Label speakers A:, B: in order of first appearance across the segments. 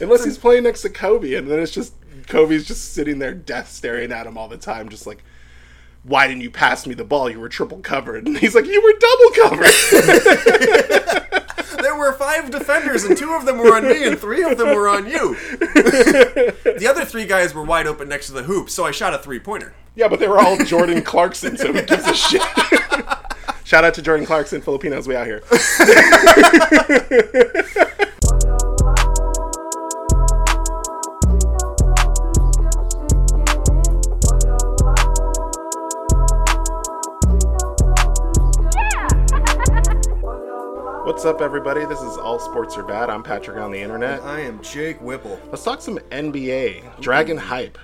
A: Unless he's playing next to Kobe, and then it's just Kobe's just sitting there, death staring at him all the time, just like, "Why didn't you pass me the ball? You were triple covered." And he's like, "You were double covered."
B: there were five defenders, and two of them were on me, and three of them were on you. the other three guys were wide open next to the hoop, so I shot a three pointer.
A: yeah, but they were all Jordan Clarkson, so who gives a shit? Shout out to Jordan Clarkson, Filipinos, we out here. What's up, everybody? This is All Sports Are Bad. I'm Patrick on the internet.
B: I am Jake Whipple.
A: Let's talk some NBA. Dragon hype.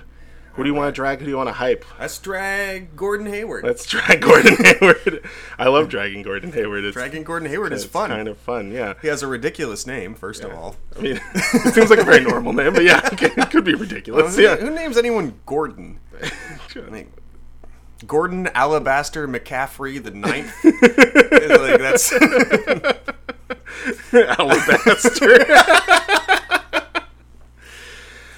A: Who do you want to drag? Who do you want to hype?
B: Let's drag Gordon Hayward.
A: Let's drag Gordon Hayward. I love dragging Gordon Hayward. It's,
B: Dragging Gordon Hayward is
A: it's
B: fun.
A: kind of fun, yeah.
B: He has a ridiculous name, first of all.
A: I mean, it seems like a very normal name, but yeah, it could be ridiculous.
B: Who,
A: Yeah.
B: who names anyone Gordon? I mean, Gordon Alabaster McCaffrey the ninth. It's like, that's
A: Alabaster.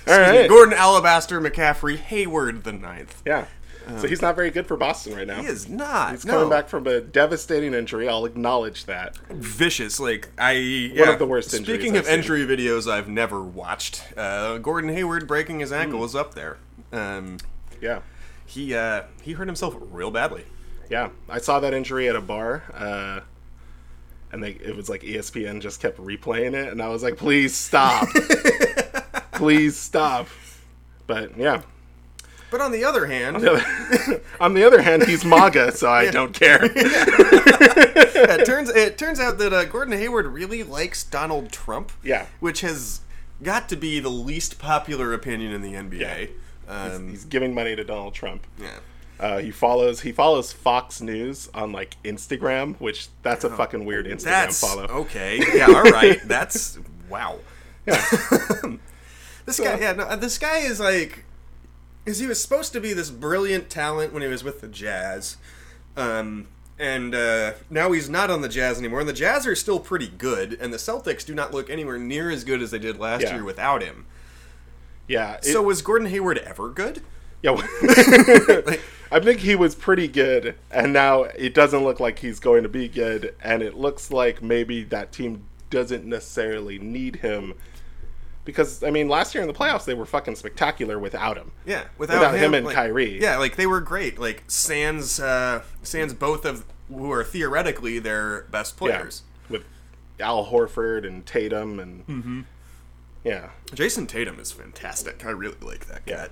A: All right.
B: Gordon Alabaster McCaffrey Hayward the ninth.
A: Yeah. So he's not very good for Boston right now.
B: Um, He is not. He's
A: Coming back from a devastating injury, I'll acknowledge that.
B: vicious. Like I
A: One
B: yeah.
A: of the worst injuries
B: Speaking
A: I've
B: of
A: seen.
B: injury videos, I've never watched. Uh, Gordon Hayward breaking his
A: Hmm.
B: ankle is up there. Um,
A: Yeah.
B: he uh, he hurt himself real badly.
A: Yeah, I saw that injury at a bar, uh, and they, it was like E ESPN just kept replaying it, and I was like, "Please stop, please stop." But yeah,
B: But on the other hand,
A: on the other hand, he's MAGA, so I don't care.
B: it turns it turns out that uh, Gordon Hayward really likes Donald Trump.
A: Yeah.
B: which has got to be the least popular opinion in the NBA. Um,
A: he's giving money to Donald Trump.
B: yeah.
A: Uh, he follows he follows Fox News on like Instagram, which that's a fucking weird Instagram
B: Oh. That's
A: follow.
B: okay. Yeah, all right. That's wow. this guy, yeah, no, uh, this guy is like, because he was supposed to be this brilliant talent when he was with the Jazz, um, and uh, now he's not on the Jazz anymore. And the Jazz are still pretty good, and the Celtics do not look anywhere near as good as they did last
A: Yeah.
B: year without him.
A: Yeah, it-
B: so was Gordon Hayward ever good?
A: Yeah. I think he was pretty good, and now it doesn't look like he's going to be good, and it looks like maybe that team doesn't necessarily need him. Because, I mean, last year in the playoffs, they were fucking spectacular without him.
B: Yeah, without,
A: Without him
B: him
A: and
B: like-
A: Kyrie.
B: Yeah, like they were great. Like Sans, uh, Sans, both of who are theoretically their best
A: Yeah.
B: players.
A: With Al Horford and Tatum and.
B: Mm-hmm.
A: Yeah.
B: Jason Tatum is fantastic. I really like that guy.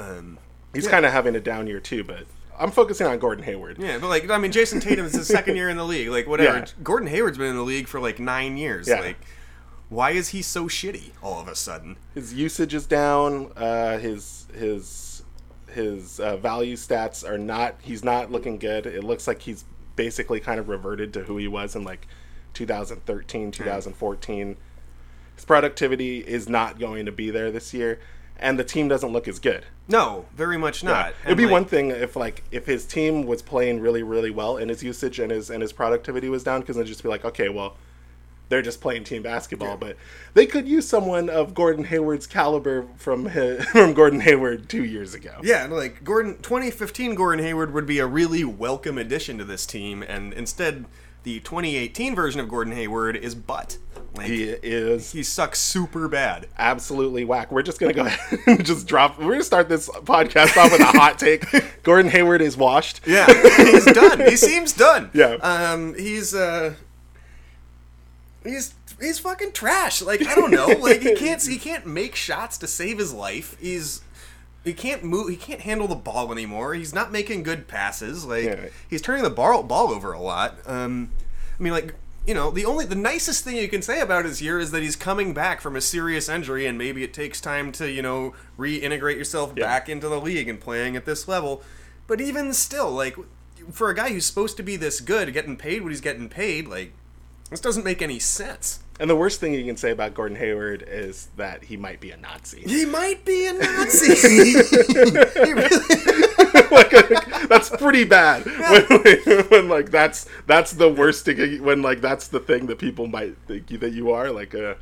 B: Um,
A: He's kind of having a down year, too, but I'm focusing on Gordon Hayward.
B: yeah, but like I mean, Jason Tatum is his second year in the league. Like whatever.
A: Yeah.
B: Gordon Hayward's been in the league for like nine years.
A: Yeah.
B: Like, why is he so shitty all of a sudden?
A: his usage is down. Uh, his his his uh, value stats are not. He's not looking good. It looks like he's basically kind of reverted to who he was in like 2013, 2014. His productivity is not going to be there this year, and the team doesn't look as good.
B: No, very much not.
A: It'd
B: And,
A: be
B: like,
A: one thing if like if his team was playing really really well and his usage and his and his productivity was down because they'd just be like, okay, well, they're just playing team basketball. But they could use someone of Gordon Hayward's caliber from his, from Gordon Hayward two years ago.
B: Yeah, and, like Gordon, 2015 Gordon Hayward would be a really welcome addition to this team, and instead, the 2018 version of Gordon Hayward is butt. Like,
A: He is
B: he sucks super bad.
A: absolutely whack. We're just gonna go ahead and just drop. We're gonna start this podcast off with a hot take. Gordon Hayward is washed.
B: Yeah, he's done. He seems done.
A: Yeah.
B: Um, he's uh, he's he's fucking trash. Like I don't know. Like he can't he can't make shots to save his life. He's he can't move. He can't handle the ball anymore. He's not making good passes. Like
A: Yeah.
B: he's turning the ball ball over a lot. Um, I mean like. You know, the only the nicest thing you can say about his year is that he's coming back from a serious injury, and maybe it takes time to you know reintegrate yourself back into the league and playing at this level. But even still, like for a guy who's supposed to be this good, getting paid what he's getting paid, like this doesn't make any sense.
A: And the worst thing you can say about Gordon Hayward is that he might be a Nazi.
B: He might be a Nazi. He really-
A: that's pretty bad when, when like that's that's the worst thing when like that's the thing that people might think you, that you are like uh you're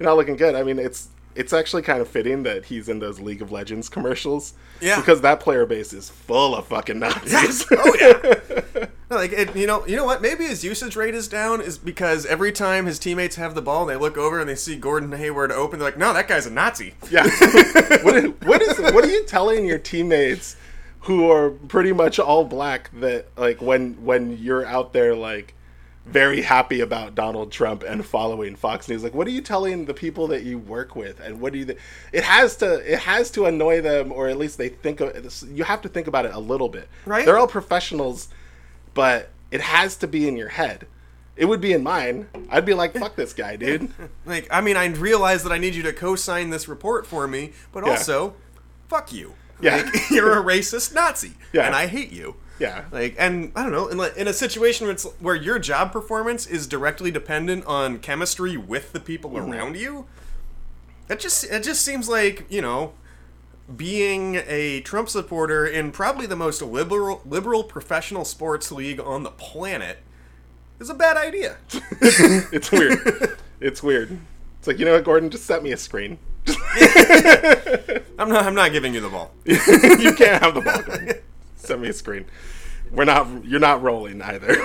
A: not looking good i mean it's it's actually kind of fitting that he's in those League of Legends commercials.
B: Yeah.
A: Because that player base is full of fucking Nazis.
B: Yes. Oh yeah. No, like it, you know, you know what? Maybe his usage rate is down is because every time his teammates have the ball, they look over and they see Gordon Hayward open. They're like, "No, that guy's a Nazi."
A: Yeah. what, what is what are you telling your teammates who are pretty much all black that like when when you're out there like very happy about Donald Trump and following Fox News like what are you telling the people that you work with and what do you th- it has to it has to annoy them or at least they think of you have to think about it a little bit
B: Right.
A: they're all professionals but it has to be in your head it would be in mine I'd be like fuck this guy dude
B: Like, I mean, I realize that I need you to co-sign this report for me, but
A: Yeah.
B: also, fuck you.
A: Yeah.
B: Like, you're a racist Nazi,
A: Yeah.
B: and I hate you.
A: yeah
B: Like, and I don't know, in, like, in a situation where, it's, where your job performance is directly dependent on chemistry with the people
A: Mm-hmm.
B: around you, that just it just seems like you know, being a Trump supporter in probably the most liberal liberal professional sports league on the planet is a bad idea.
A: it's weird. it's weird. It's like you know what, Gordon, just set me a screen.
B: I'm not I'm not giving you the ball.
A: you can't have the ball. Gordon. Set me a screen. We're not. You're not rolling either.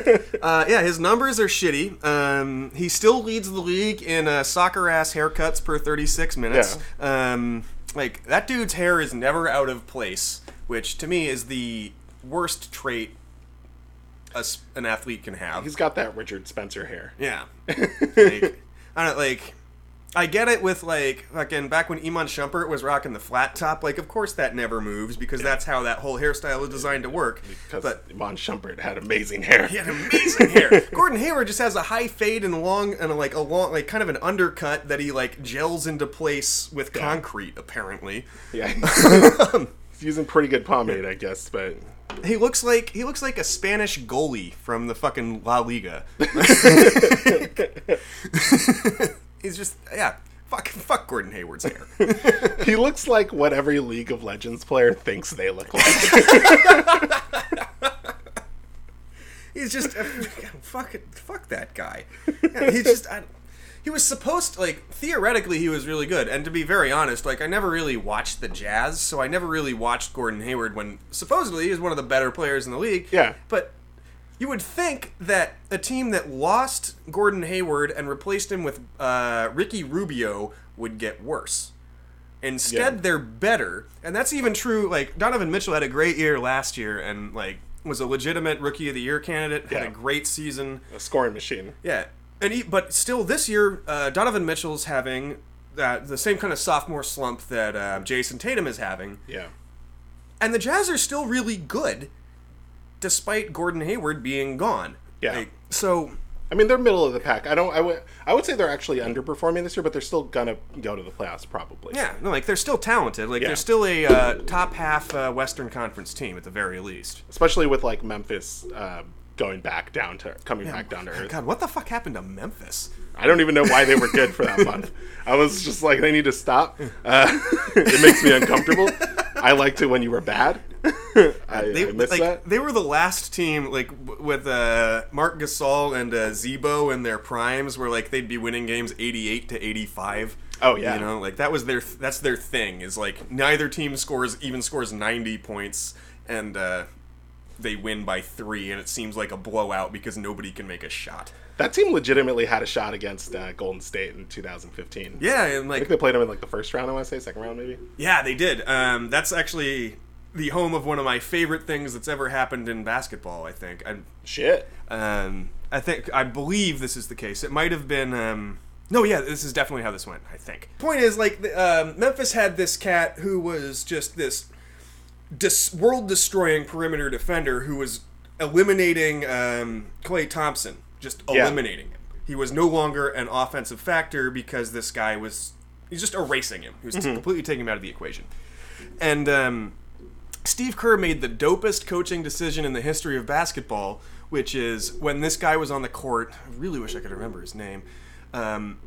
B: Uh, yeah, his numbers are shitty. Um, he still leads the league in uh, soccer ass haircuts per 36 minutes. Um, like that dude's hair is never out of place, which to me is the worst trait a s an athlete can have.
A: He's got that Richard Spencer hair.
B: yeah, like, I don't like. I get it with like fucking back when Iman Shumpert was rocking the flat top. Like, of course that never moves because that's how that whole hairstyle was designed to work.
A: Because
B: but
A: Iman Shumpert had amazing hair.
B: he had amazing hair. Gordon Hayward just has a high fade and long and like a long like kind of an undercut that he like gels into place with concrete apparently.
A: Yeah. He's using pretty good pomade, I guess, but
B: He looks like he looks like a Spanish goalie from the fucking La Liga. He's just yeah, fuck fuck Gordon Hayward's hair.
A: he looks like what every League of Legends player thinks they look like.
B: He's just fuck it, fuck that guy. Yeah, he's just I, he was supposed to, like theoretically he was really good, and to be very honest, like I never really watched the Jazz, so I never really watched Gordon Hayward when supposedly he was one of the better players in the league.
A: Yeah.
B: but you would think that a team that lost Gordon Hayward and replaced him with uh, Ricky Rubio would get worse. Instead,
A: Yeah.
B: they're better, and that's even true. Like Donovan Mitchell had a great year last year, and like was a legitimate rookie of the year candidate. Had
A: Yeah.
B: a great season.
A: a scoring machine.
B: Yeah, and he, but still this year, uh, Donovan Mitchell's having uh, the same kind of sophomore slump that uh, Jason Tatum is having,
A: Yeah.
B: and the Jazz are still really good, despite Gordon Hayward being gone.
A: Yeah.
B: Like, so
A: I mean, they're middle of the pack. I don't. I would. I would say they're actually underperforming this year, but they're still gonna go to the playoffs probably.
B: Yeah, no, like they're still talented. Like
A: Yeah.
B: they're still a uh, top half uh, Western Conference team at the very least.
A: especially with like Memphis uh, going back down to coming back down to earth.
B: Oh God, what the fuck happened to Memphis?
A: I don't even know why they were good for that month. I was just like, they need to stop. Uh, it makes me uncomfortable. I liked it when you were bad. I,
B: They,
A: I miss
B: like,
A: that.
B: they were the last team, like w- with uh, Mark Gasol and uh, Zebo in their primes, where like they'd be winning games eighty-eight to eighty-five.
A: Oh, yeah.
B: you know, like that was their th- that's their thing. Is like neither team scores even scores ninety points, and uh, they win by three, and it seems like a blowout because nobody can make a shot.
A: That team legitimately had a shot against uh, Golden State in 2015.
B: Yeah, and
A: I
B: like
A: think they played them in like the first round. I want to say second round maybe.
B: Yeah, they did. Um, that's actually the home of one of my favorite things that's ever happened in basketball. I think. I,
A: Shit.
B: um, I think I believe this is the case. It might have been. Um, no, yeah, this is definitely how this went. I think. Point is, like, the, um, Memphis had this cat who was just this dis- world-destroying perimeter defender who was eliminating um, Clay Thompson, just
A: Yeah.
B: eliminating him. He was no longer an offensive factor because this guy was he's just erasing him. He was completely taking him out of the equation. And um, Steve Kerr made the dopest coaching decision in the history of basketball, which is when this guy was on the court. I really wish I could remember his name. Um,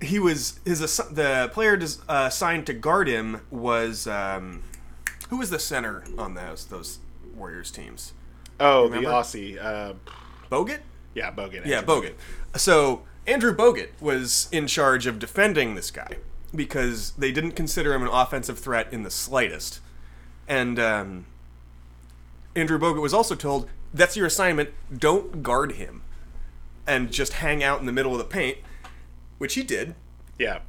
B: he was his ass- the player dis- uh, assigned to guard him was um, who was the center on those those Warriors teams?
A: Oh, the
B: Remember?
A: Aussie. Uh,
B: Bogut.
A: yeah, Bogut.
B: Yeah,
A: actually.
B: Bogut. So Andrew Bogut was in charge of defending this guy because they didn't consider him an offensive threat in the slightest. And um, Andrew Bogut was also told that's your assignment, don't guard him and just hang out in the middle of the paint, which he did.
A: Yeah.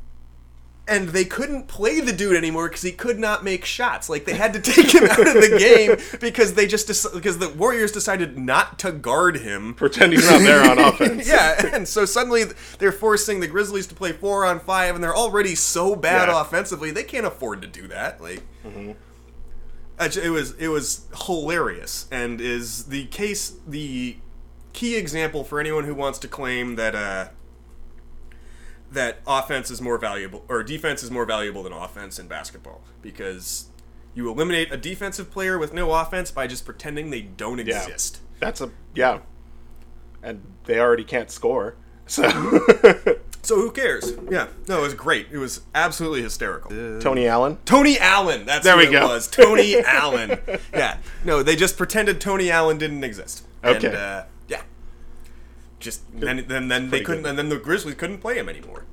B: And they couldn't play the dude anymore because he could not make shots. Like they had to take him out of the game because they just dec- because the Warriors decided not to guard him.
A: Pretend he's not there on offense.
B: yeah, and so suddenly they're forcing the Grizzlies to play four on five, and they're already so bad
A: Yeah. Mm-hmm.
B: offensively they can't afford to do that. Like, Uh, it was it was hilarious, and is the case the key example for anyone who wants to claim that uh, that offense is more valuable or defense is more valuable than offense in basketball because you eliminate a defensive player with no offense by just pretending they don't
A: Yeah.
B: exist.
A: That's a yeah. And they already can't score. So
B: So who cares? Yeah. No, it was great. It was absolutely hysterical.
A: Tony Allen.
B: Tony Allen. That's
A: There
B: who
A: we
B: it
A: go.
B: was. Tony Allen. Yeah. No, they just pretended Tony Allen didn't exist.
A: Okay.
B: And, uh, yeah. Just then, then, then they
A: pretty
B: couldn't,
A: good.
B: and then the Grizzlies couldn't play him anymore,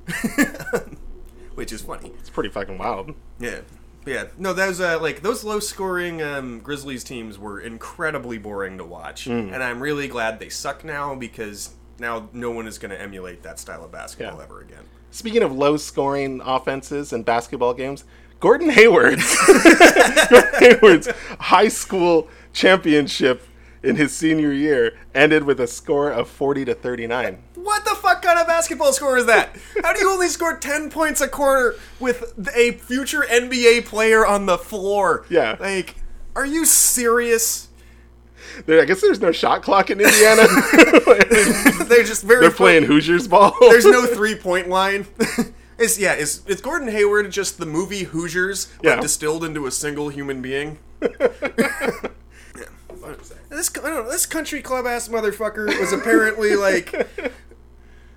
B: which is funny.
A: It's pretty fucking wild.
B: Yeah. Yeah. No, those uh, like those low-scoring um, Grizzlies teams were incredibly boring to watch,
A: Mm.
B: and I'm really glad they suck now because now no one is going to emulate that style of basketball
A: Yeah.
B: ever again.
A: Speaking of low scoring offenses and basketball games, Gordon Hayward's Gordon Hayward's high school championship in his senior year ended with a score of 40 to 39.
B: What the fuck kind of basketball score is that? How do you only score 10 points a quarter with a future NBA player on the floor?
A: Yeah.
B: Like, are you serious?
A: There, I guess there's no shot clock in Indiana.
B: They're just very.
A: They're playing Hoosiers ball.
B: There's no three point line. Is yeah, is is Gordon Hayward just the movie Hoosiers but
A: Yeah.
B: distilled into a single human being? This I don't know, this country club ass motherfucker was apparently like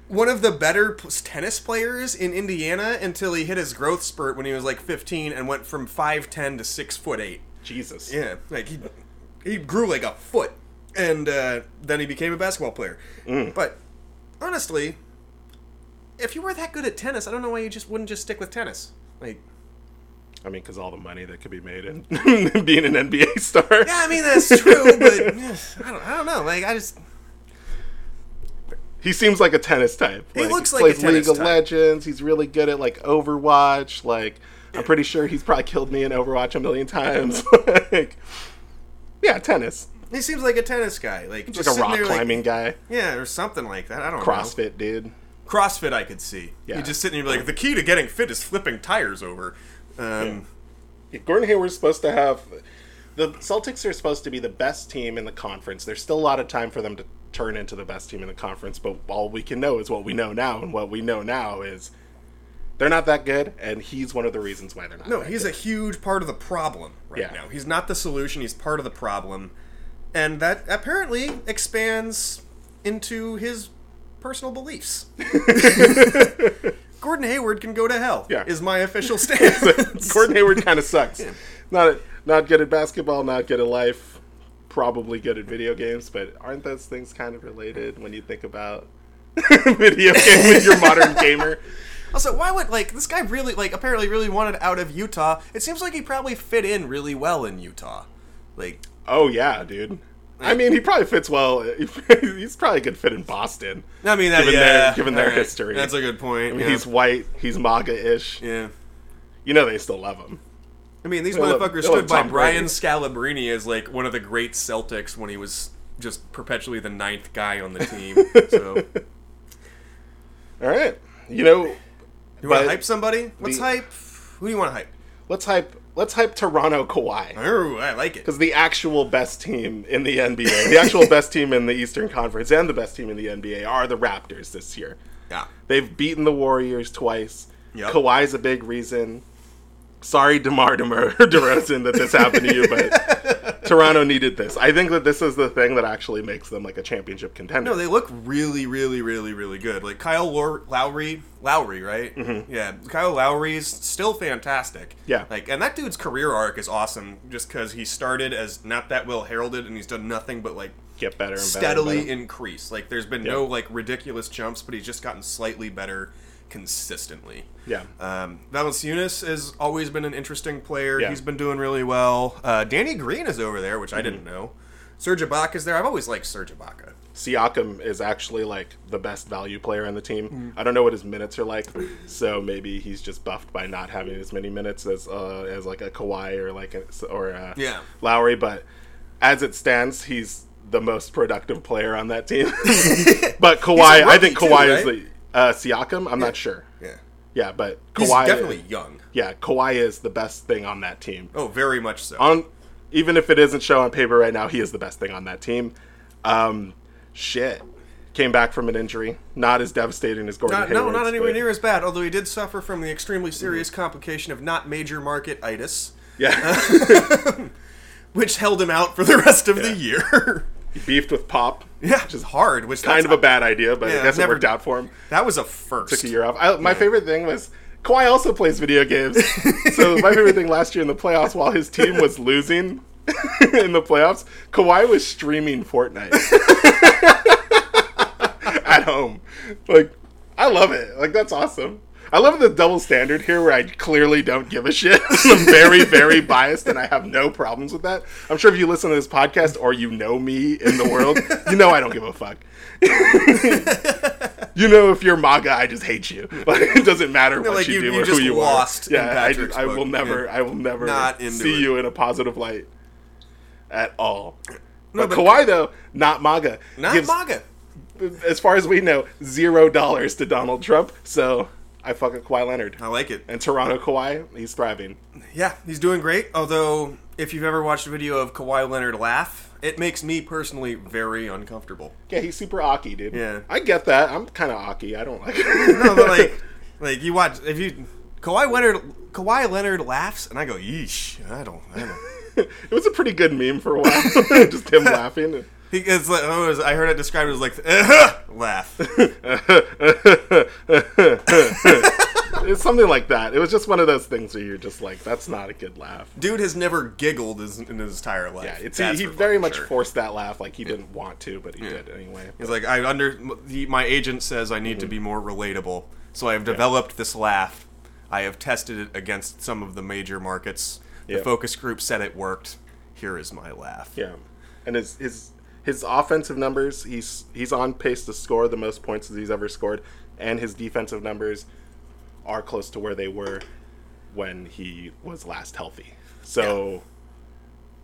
B: one of the better p- tennis players in Indiana until he hit his growth spurt when he was like 15 and went from 5'10 to 6 foot 8.
A: Jesus.
B: Yeah, like he he grew like a foot, and uh, then he became a basketball player.
A: Mm.
B: But honestly, if you were that good at tennis, I don't know why you just wouldn't just stick with tennis. Like,
A: I mean, because all the money that could be made in being an NBA star.
B: yeah, I mean that's true, but eh, I don't, I don't know. Like, I just
A: He seems like a tennis type. He
B: looks like a
A: plays
B: tennis
A: League of
B: type.
A: Legends. He's really good at like Overwatch. Like I'm pretty sure he's probably killed me in Overwatch a million times. like, yeah, tennis.
B: he seems like a tennis guy. Like,
A: Like
B: just
A: a
B: sitting
A: rock
B: there, like-
A: climbing guy,
B: yeah, or something like that. I don't know.
A: CrossFit dude.
B: CrossFit I could see.
A: Yeah.
B: You just sit and you're like, the key to getting fit is flipping tires over. Um,
A: Yeah, Gordon Hayward's supposed to have the Celtics are supposed to be the best team in the conference. There's still a lot of time for them to turn into the best team in the conference, but all we can know is what we know now, and what we know now is they're not that good, and he's one of the reasons why they're not.
B: No,
A: that
B: he's a huge part of the problem right
A: Yeah.
B: now. He's not the solution, he's part of the problem. And that apparently expands into his personal beliefs. Gordon Hayward can go to hell,
A: Yeah.
B: is my official stance.
A: Gordon Hayward kind of sucks. Not not good at basketball, not good at life, probably good at video games, but aren't those things kind of related when you think about video game with your modern gamer?
B: also, why would, like, this guy really, like, apparently really wanted out of Utah? It seems like he probably fit in really well in Utah. Like,
A: Oh yeah, dude. I mean, he probably fits well. He's probably a good fit in Boston.
B: I mean, that,
A: given
B: yeah,
A: their, given their
B: all right.
A: history,
B: That's a good point. yeah.
A: he's white. He's MAGA-ish.
B: yeah.
A: You know, they still love him.
B: I mean, these
A: love-
B: motherfuckers
A: they love
B: stood by
A: Tom Brady.
B: Brian Scalabrine as like one of the great Celtics when he was just perpetually the ninth guy on the team. so,
A: All right. You know,
B: you want
A: But
B: to hype somebody? Let's
A: the-
B: hype. Who do you want to hype?
A: let's hype. Let's hype Toronto Kawhi.
B: Ooh, I like it.
A: Because the actual best team in the NBA, the actual best team in the Eastern Conference, and the best team in the NBA are the Raptors this year.
B: Yeah.
A: They've beaten the Warriors twice.
B: Yep.
A: Kawhi's a big reason. Sorry, DeMar DeMar DeRozan, that this happened to you, but Toronto needed this. I think that this is the thing that actually makes them like a championship contender.
B: No, they look really, really, really, really good. Like Kyle Lor- Lowry, Lowry, right? Yeah, Kyle Lowry's still fantastic.
A: Mm-hmm. Yeah.
B: like, and that dude's career arc is awesome, just because he started as not that well heralded, and he's done nothing but like
A: get better and
B: steadily
A: better. and
B: increase. Like there's been no like ridiculous jumps, but he's just gotten slightly better consistently.
A: better. yeah.
B: Um, Valanciunas has always been an interesting player.
A: Yeah.
B: He's been doing really well. Uh, Danny Green is over there, which I didn't
A: Mm-hmm.
B: know. Serge Ibaka's there. I've always liked Serge Ibaka.
A: Siakam is actually like the best value player on the team.
B: Mm.
A: I don't know what his minutes are like, so maybe he's just buffed by not having as many minutes as uh, as like a Kawhi or like a, or a
B: Yeah.
A: Lowry. But as it stands, he's the most productive player on that team. but Kawhi, I think
B: rookie
A: Kawhi
B: too,
A: is
B: right?
A: the uh, Siakam. I'm not sure.
B: Yeah,
A: Yeah, but Kawhi
B: he's definitely
A: is-
B: young.
A: yeah Kawhi is the best thing on that team
B: Oh, very much so.
A: on even if it isn't show on paper right now, he is the best thing on that team. Um, shit, came back from an injury, not as devastating as Gordon
B: Not-
A: Hayward.
B: no, not anywhere near as bad. Although he did suffer from the extremely
A: Mm-hmm.
B: serious complication of not major market itis,
A: Yeah,
B: which held him out for the rest of the year.
A: he beefed with Pop.
B: yeah, which is hard. Which
A: Kind of a bad idea, but
B: Yeah,
A: I guess
B: never-
A: it worked out for him.
B: that was a first.
A: Took a year off. I, my favorite thing was. Kawhi also plays video games. so my favorite thing last year in the playoffs, while his team was losing in the playoffs, Kawhi was streaming Fortnite at home. Like I love it. Like that's awesome. I love the double standard here where I clearly don't give a shit. I'm very, very biased and I have no problems with that. I'm sure if you listen to this podcast or you know me in the world, you know I don't give a fuck. you know if you're MAGA, I just hate you. Like it doesn't matter what
B: like,
A: you,
B: you-
A: do
B: you
A: or
B: just
A: who you
B: lost
A: are.
B: in
A: Yeah, I,
B: Patrick's
A: I will
B: book.
A: never
B: Yeah.
A: I will never
B: Not into
A: see
B: it.
A: you in a positive light at all. but,
B: but-
A: Kawhi though, not MAGA.
B: Not
A: gives-
B: MAGA.
A: as far as we know, zero dollars to Donald Trump. So I fuck with Kawhi Leonard.
B: I like it.
A: And Toronto Kawhi, he's thriving.
B: Yeah, he's doing great. Although, if you've ever watched a video of Kawhi Leonard laugh, it makes me personally very uncomfortable.
A: Yeah, he's super aki, dude.
B: Yeah.
A: I get that. I'm kind of aki. I don't like it.
B: No, but like, like you watch if you Kawhi Leonard Kawhi Leonard laughs, and I go, yeesh, I don't, I don't.
A: it was a pretty good meme for a while. Just him laughing.
B: He it's like, oh, it was- I heard it described as like "Uh-huh," laugh.
A: It's something like that. It was just one of those things where you're just like, that's not a good laugh.
B: Dude has never giggled his, in his entire life.
A: Yeah, it's,
B: That's
A: he, he
B: for
A: very
B: fucking
A: much
B: sure.
A: forced that laugh. Like he didn't want to, but he did anyway.
B: He's like, I under he, my agent says I need to
A: Mm-hmm.
B: be more relatable, so I have developed this laugh. I have tested it against some of the major markets. The
A: Yeah.
B: focus group said it worked. Here is my laugh.
A: Yeah, and his his his offensive numbers, he's he's on pace to score the most points that he's ever scored, and his defensive numbers are close to where they were when he was last healthy. So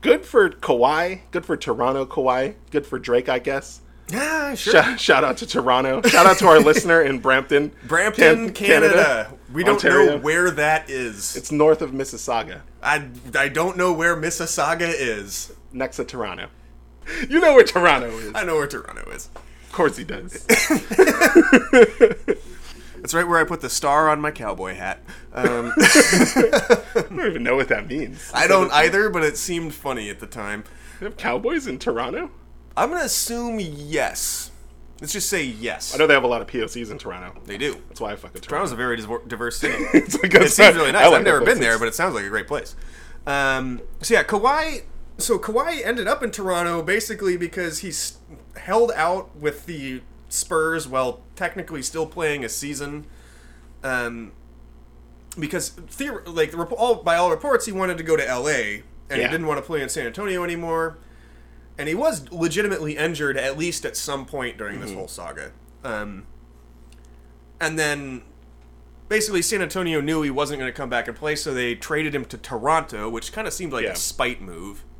A: good for Kawhi, good for Toronto Kawhi, good for Drake, I guess.
B: Yeah, sure.
A: Shout, shout out to Toronto. Shout out to our listener in Brampton.
B: Brampton,
A: Can-
B: Canada. We don't know
A: Ontario.
B: where that is.
A: It's north of Mississauga,
B: I I don't know where Mississauga is.
A: next to Toronto. You know where Toronto is.
B: I know where Toronto is.
A: Of course he does.
B: It's right where I put the star on my cowboy hat. Um,
A: I don't even know what that means.
B: I don't either, but it seemed funny at the time.
A: They have cowboys in Toronto?
B: I'm gonna assume yes. Let's just say yes.
A: I know they have a lot of POCs in Toronto.
B: They do.
A: That's why I fucking Toronto.
B: Toronto's a very dis- diverse city.
A: It's like a-
B: it seems really
A: I
B: nice.
A: like
B: I've never
A: the
B: been
A: places.
B: there, but it sounds like a great place. Um, so yeah, Kawhi. So Kawhi ended up in Toronto basically because he s- held out with the Spurs while technically still playing a season. Um, because theor- like the rep- all, by all reports, he wanted to go to L.A. and he
A: Yeah.
B: didn't want to play in San Antonio anymore. And he was legitimately injured at least at some point during
A: Mm-hmm.
B: this whole saga. Um, and then basically San Antonio knew he wasn't going to come back and play, so they traded him to Toronto, which kind of seemed like
A: Yeah.
B: a spite move.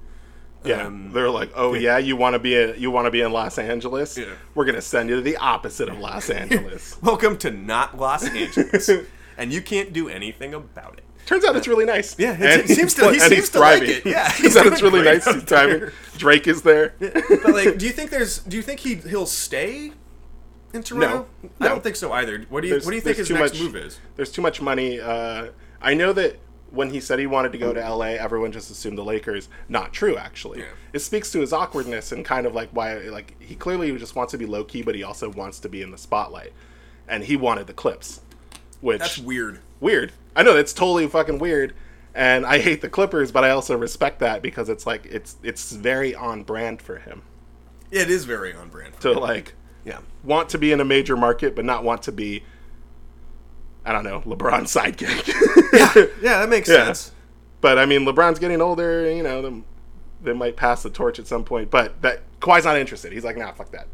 A: Yeah,
B: Um,
A: they're like, oh yeah, you want to be a, you want to be in Los Angeles?
B: Yeah.
A: We're gonna send you to the opposite of Los Angeles.
B: Welcome to not Los Angeles, and you can't do anything about it.
A: Turns out it's really nice.
B: Yeah, it's-
A: And
B: it seems to- he
A: and
B: seems
A: he's
B: to like
A: thriving.
B: it. Yeah, he's
A: turns out it's
B: doing
A: really
B: great
A: nice.
B: out
A: He's thriving.
B: there.
A: Drake is there.
B: But like, do you think there's? Do you think he he'll stay in Toronto? I
A: No.
B: don't think so either. What do you
A: There's-
B: What do you think
A: there's
B: his
A: too
B: next
A: much-
B: move is?
A: There's too much money. Uh, I know that when he said he wanted to go to LA, everyone just assumed the Lakers. Not true, actually.
B: Yeah.
A: It speaks to his awkwardness and kind of like why, like he clearly just wants to be low key, but he also wants to be in the spotlight. And he wanted the clips, which
B: That's weird.
A: weird. I know that's totally fucking weird, and I hate the Clippers, but I also respect that because it's like it's it's very on brand for him.
B: It is very on brand.
A: to like
B: Yeah.
A: want to be in a major market but not want to be I don't know, LeBron's sidekick.
B: Yeah, that makes
A: Yeah.
B: sense.
A: but I mean LeBron's getting older, you know, them they might pass the torch at some point, but that Kawhi's not interested. He's like, "Nah, fuck that."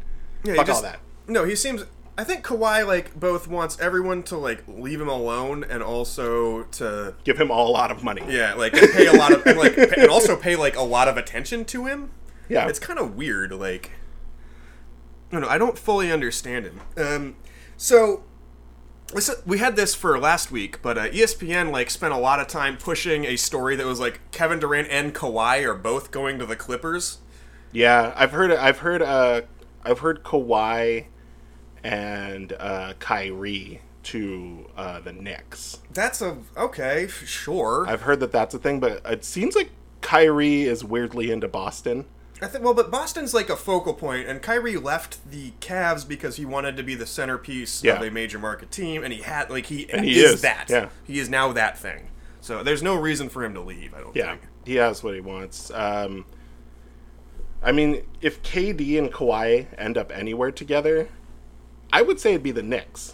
B: Yeah, he
A: fuck all
B: just-
A: that.
B: No, he seems. I think Kawhi like both wants everyone to like leave him alone and also to
A: Give him all a lot of money.
B: yeah like and pay a lot of and, like pa- and also pay like a lot of attention to him.
A: Yeah.
B: it's kind of weird. Like, no, no, I don't fully understand him. Um, so Listen, we had this for last week, but uh, ESPN like spent a lot of time pushing a story that was like Kevin Durant and Kawhi are both going to the Clippers.
A: Yeah, I've heard. I've heard. Uh, I've heard Kawhi and uh, Kyrie to uh, the Knicks.
B: That's a okay, f- sure.
A: I've heard that that's a thing, but it seems like Kyrie is weirdly into Boston.
B: I think well, but Boston's like a focal point, and Kyrie left the Cavs because he wanted to be the centerpiece
A: Yeah.
B: of a major market team, and he had like he,
A: he
B: is,
A: is,
B: that.
A: yeah.
B: He is now that thing. So there's no reason for him to leave. I don't
A: Yeah,
B: think.
A: he has what he wants. Um, I mean, if KD and Kawhi end up anywhere together, I would say it'd be the Knicks.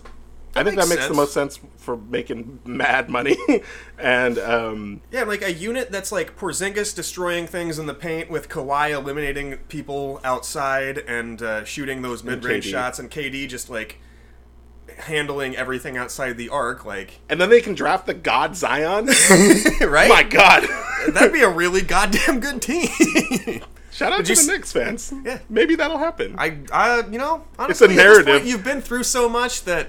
A: I think
B: makes
A: that makes the
B: sense.
A: most sense for making mad money, and um,
B: Yeah, like a unit that's like Porzingis destroying things in the paint with Kawhi eliminating people outside and uh, shooting those mid-range
A: KD.
B: shots, and KD just like handling everything outside the arc. Like,
A: and then they can draft the god Zion.
B: right?
A: My God.
B: That'd be a really goddamn good team.
A: Shout out to
B: you
A: the
B: s-
A: Knicks fans.
B: Yeah.
A: Maybe that'll happen.
B: I, I, you know, honestly,
A: a
B: at this point,
A: narrative.
B: you've been through so much that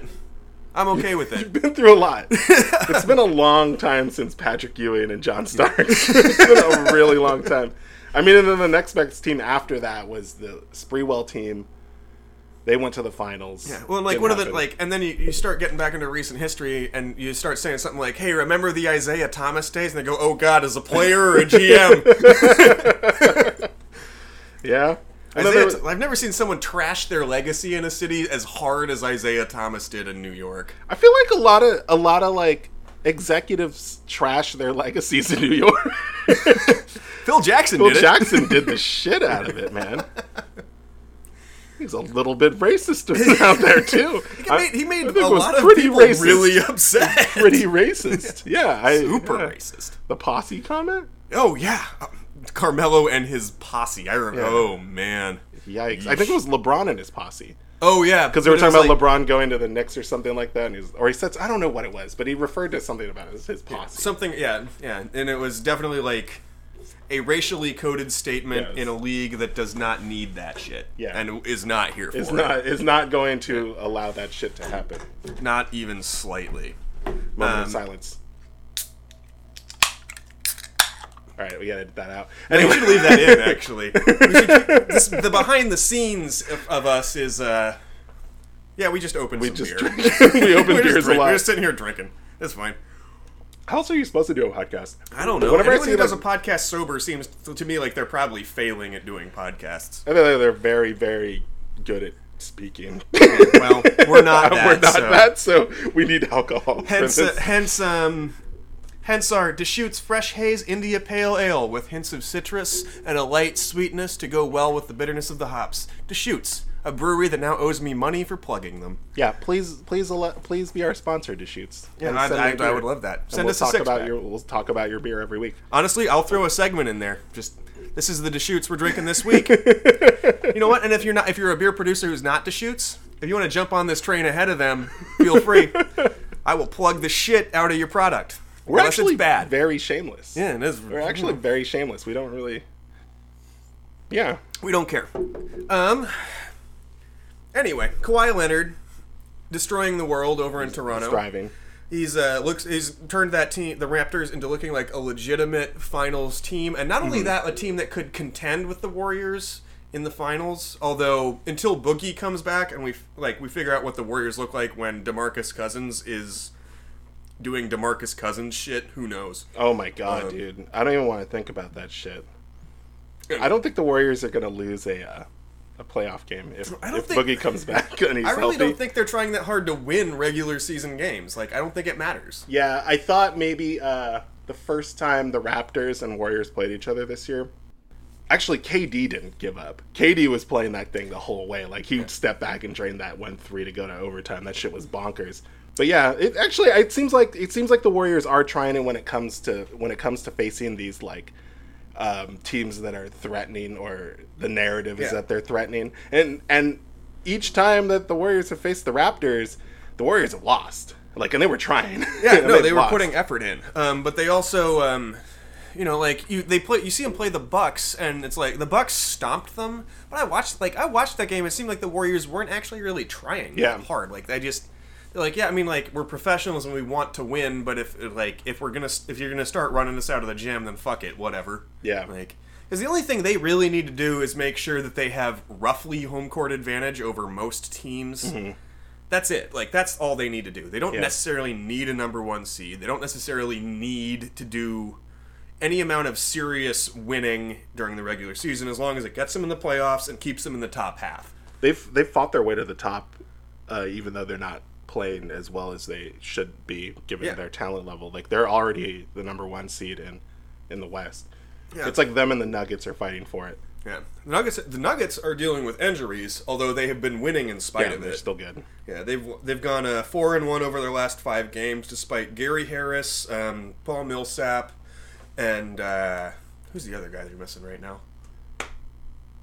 B: I'm okay with it.
A: I've been through a lot. it's been a long time since Patrick Ewing and John Starks. it's been a really long time. I mean, and then the next next team after that was the Spreewell team. They went to the finals.
B: Yeah, well, like
A: Didn't
B: one of the
A: happen.
B: like, and then you, you start getting back into recent history, and you start saying something like, "Hey, remember the Isaiah Thomas days?" And they go, "Oh God, as a player or a GM?"
A: yeah. And then
B: Isaiah,
A: there was-
B: I've never seen someone trash their legacy in a city as hard as Isaiah Thomas did in New York.
A: I feel like a lot of a lot of like executives trash their legacies in New York.
B: Phil Jackson
A: Phil
B: did it.
A: Jackson did the shit out of it, man. He's a little bit racist out there too.
B: He made, he made
A: I think
B: a
A: it was
B: lot of
A: pretty
B: people
A: racist.
B: really upset.
A: pretty racist. Yeah, I,
B: super
A: yeah.
B: racist.
A: The posse comment.
B: Oh yeah, Um, Carmelo and his posse. I remember.
A: Yeah.
B: Oh man.
A: Yikes! I think it was LeBron and his posse
B: Oh yeah, because
A: because they were talking about LeBron going to the Knicks or something like that, and he was, or he said I don't know what it was, but he referred to something about it as his posse.
B: Something. Yeah, yeah, and it was definitely like a racially coded statement
A: Yes.
B: in a league that does not need that shit.
A: Yeah.
B: and is not here for
A: It's
B: it.
A: not is not going to allow that shit to happen.
B: Not even slightly.
A: Moment of
B: Um,
A: silence. All right, we gotta edit that out.
B: We
A: Anyway,
B: should leave that in. Actually, We should- this- the behind the scenes of, of us is. uh Yeah, we just opened
A: we
B: some
A: just
B: beer.
A: we
B: We're
A: opened
B: just
A: beers a
B: drink- We're
A: lot.
B: just sitting here drinking. That's fine.
A: How else are you supposed to do a podcast?
B: I don't know.
A: Whenever I
B: Anyone
A: see
B: who does
A: like-
B: a podcast sober seems to, to me like they're probably failing at doing podcasts.
A: I think that they're very, very good at speaking.
B: Well, we're not that.
A: We're not
B: so.
A: that, so we need alcohol. for
B: Hence, uh,
A: this.
B: hence, um, hence our Deschutes Fresh Haze India Pale Ale with hints of citrus and a light sweetness to go well with the bitterness of the hops. Deschutes, a brewery that now owes me money for plugging them.
A: yeah, please, please, al- please be our sponsor to shoots.
B: Yeah,
A: And
B: I,
A: send
B: I,
A: me
B: I
A: beer.
B: would love that.
A: And
B: Send
A: we'll
B: us a
A: talk
B: six
A: about
B: pack.
A: your. We'll talk about your beer every week.
B: Honestly, I'll throw a segment in there. Just this is the Deschutes we're drinking this week. you know what? And if you're not, if you're a beer producer who's not Deschutes, if you want to jump on this train ahead of them, feel free. I will plug the shit out of your product.
A: We're
B: Unless
A: actually
B: it's bad.
A: very shameless.
B: yeah, Mm-hmm. it is. Hmm.
A: we're actually very shameless. We don't really. Yeah,
B: we don't care. Um. Anyway, Kawhi Leonard destroying the world over in Toronto.
A: driving.
B: He's uh looks he's turned that team the Raptors into looking like a legitimate finals team and not only that a team that could contend with the Warriors in the finals although until Boogie comes back and we f- like we figure out what the Warriors look like when DeMarcus Cousins is doing DeMarcus Cousins shit who knows
A: Oh my god,
B: Um,
A: dude! I don't even want to think about that shit. I don't think the Warriors are gonna lose a uh, a playoff game if,
B: I don't
A: if
B: think-
A: Boogie comes back and he's
B: I really
A: healthy.
B: don't think they're trying that hard to win regular season games like I don't think it matters
A: Yeah, I thought maybe uh, the first time the Raptors and Warriors played each other this year, Actually, KD didn't give up. KD was playing that thing the whole way. Like he stepped back and drained that one three to go to overtime. That shit was bonkers. But yeah, it actually it seems like it seems like the Warriors are trying it when it comes to when it comes to facing these like um, teams that are threatening or the narrative is
B: Yeah.
A: that they're threatening. And and each time that the Warriors have faced the Raptors, the Warriors have lost. Like and they were trying.
B: Yeah,
A: And
B: no,
A: they've
B: they were
A: lost.
B: putting effort in, um, but they also, um, you know, like you they play. You see them play the Bucks, and it's like the Bucks stomped them. But I watched, like, I watched that game. It seemed like the Warriors weren't actually really trying
A: Yeah.
B: that hard. Like, they just, they're like, yeah, I mean, like, we're professionals and we want to win. But if like if we're gonna if you're gonna start running us out of the gym, then fuck it, whatever.
A: Yeah.
B: like. Because the only thing they really need to do is make sure that they have roughly home court advantage over most teams.
A: Mm-hmm.
B: That's it. Like that's all they need to do. They don't necessarily need a number one seed. They don't necessarily need to do any amount of serious winning during the regular season, as long as it gets them in the playoffs and keeps them in the top half.
A: they've they've fought their way to the top, uh, even though they're not playing as well as they should be given
B: Yeah.
A: their talent level. Like they're already the number one seed in in the West.
B: Yeah.
A: It's like them and the Nuggets are fighting for it.
B: Yeah, the Nuggets. The Nuggets are dealing with injuries, although they have been winning in spite
A: Yeah,
B: of
A: they're
B: it.
A: still good.
B: Yeah, they've they've gone uh, four and one over their last five games, despite Gary Harris, um, Paul Millsap, and uh, who's the other guy that you're missing right now? I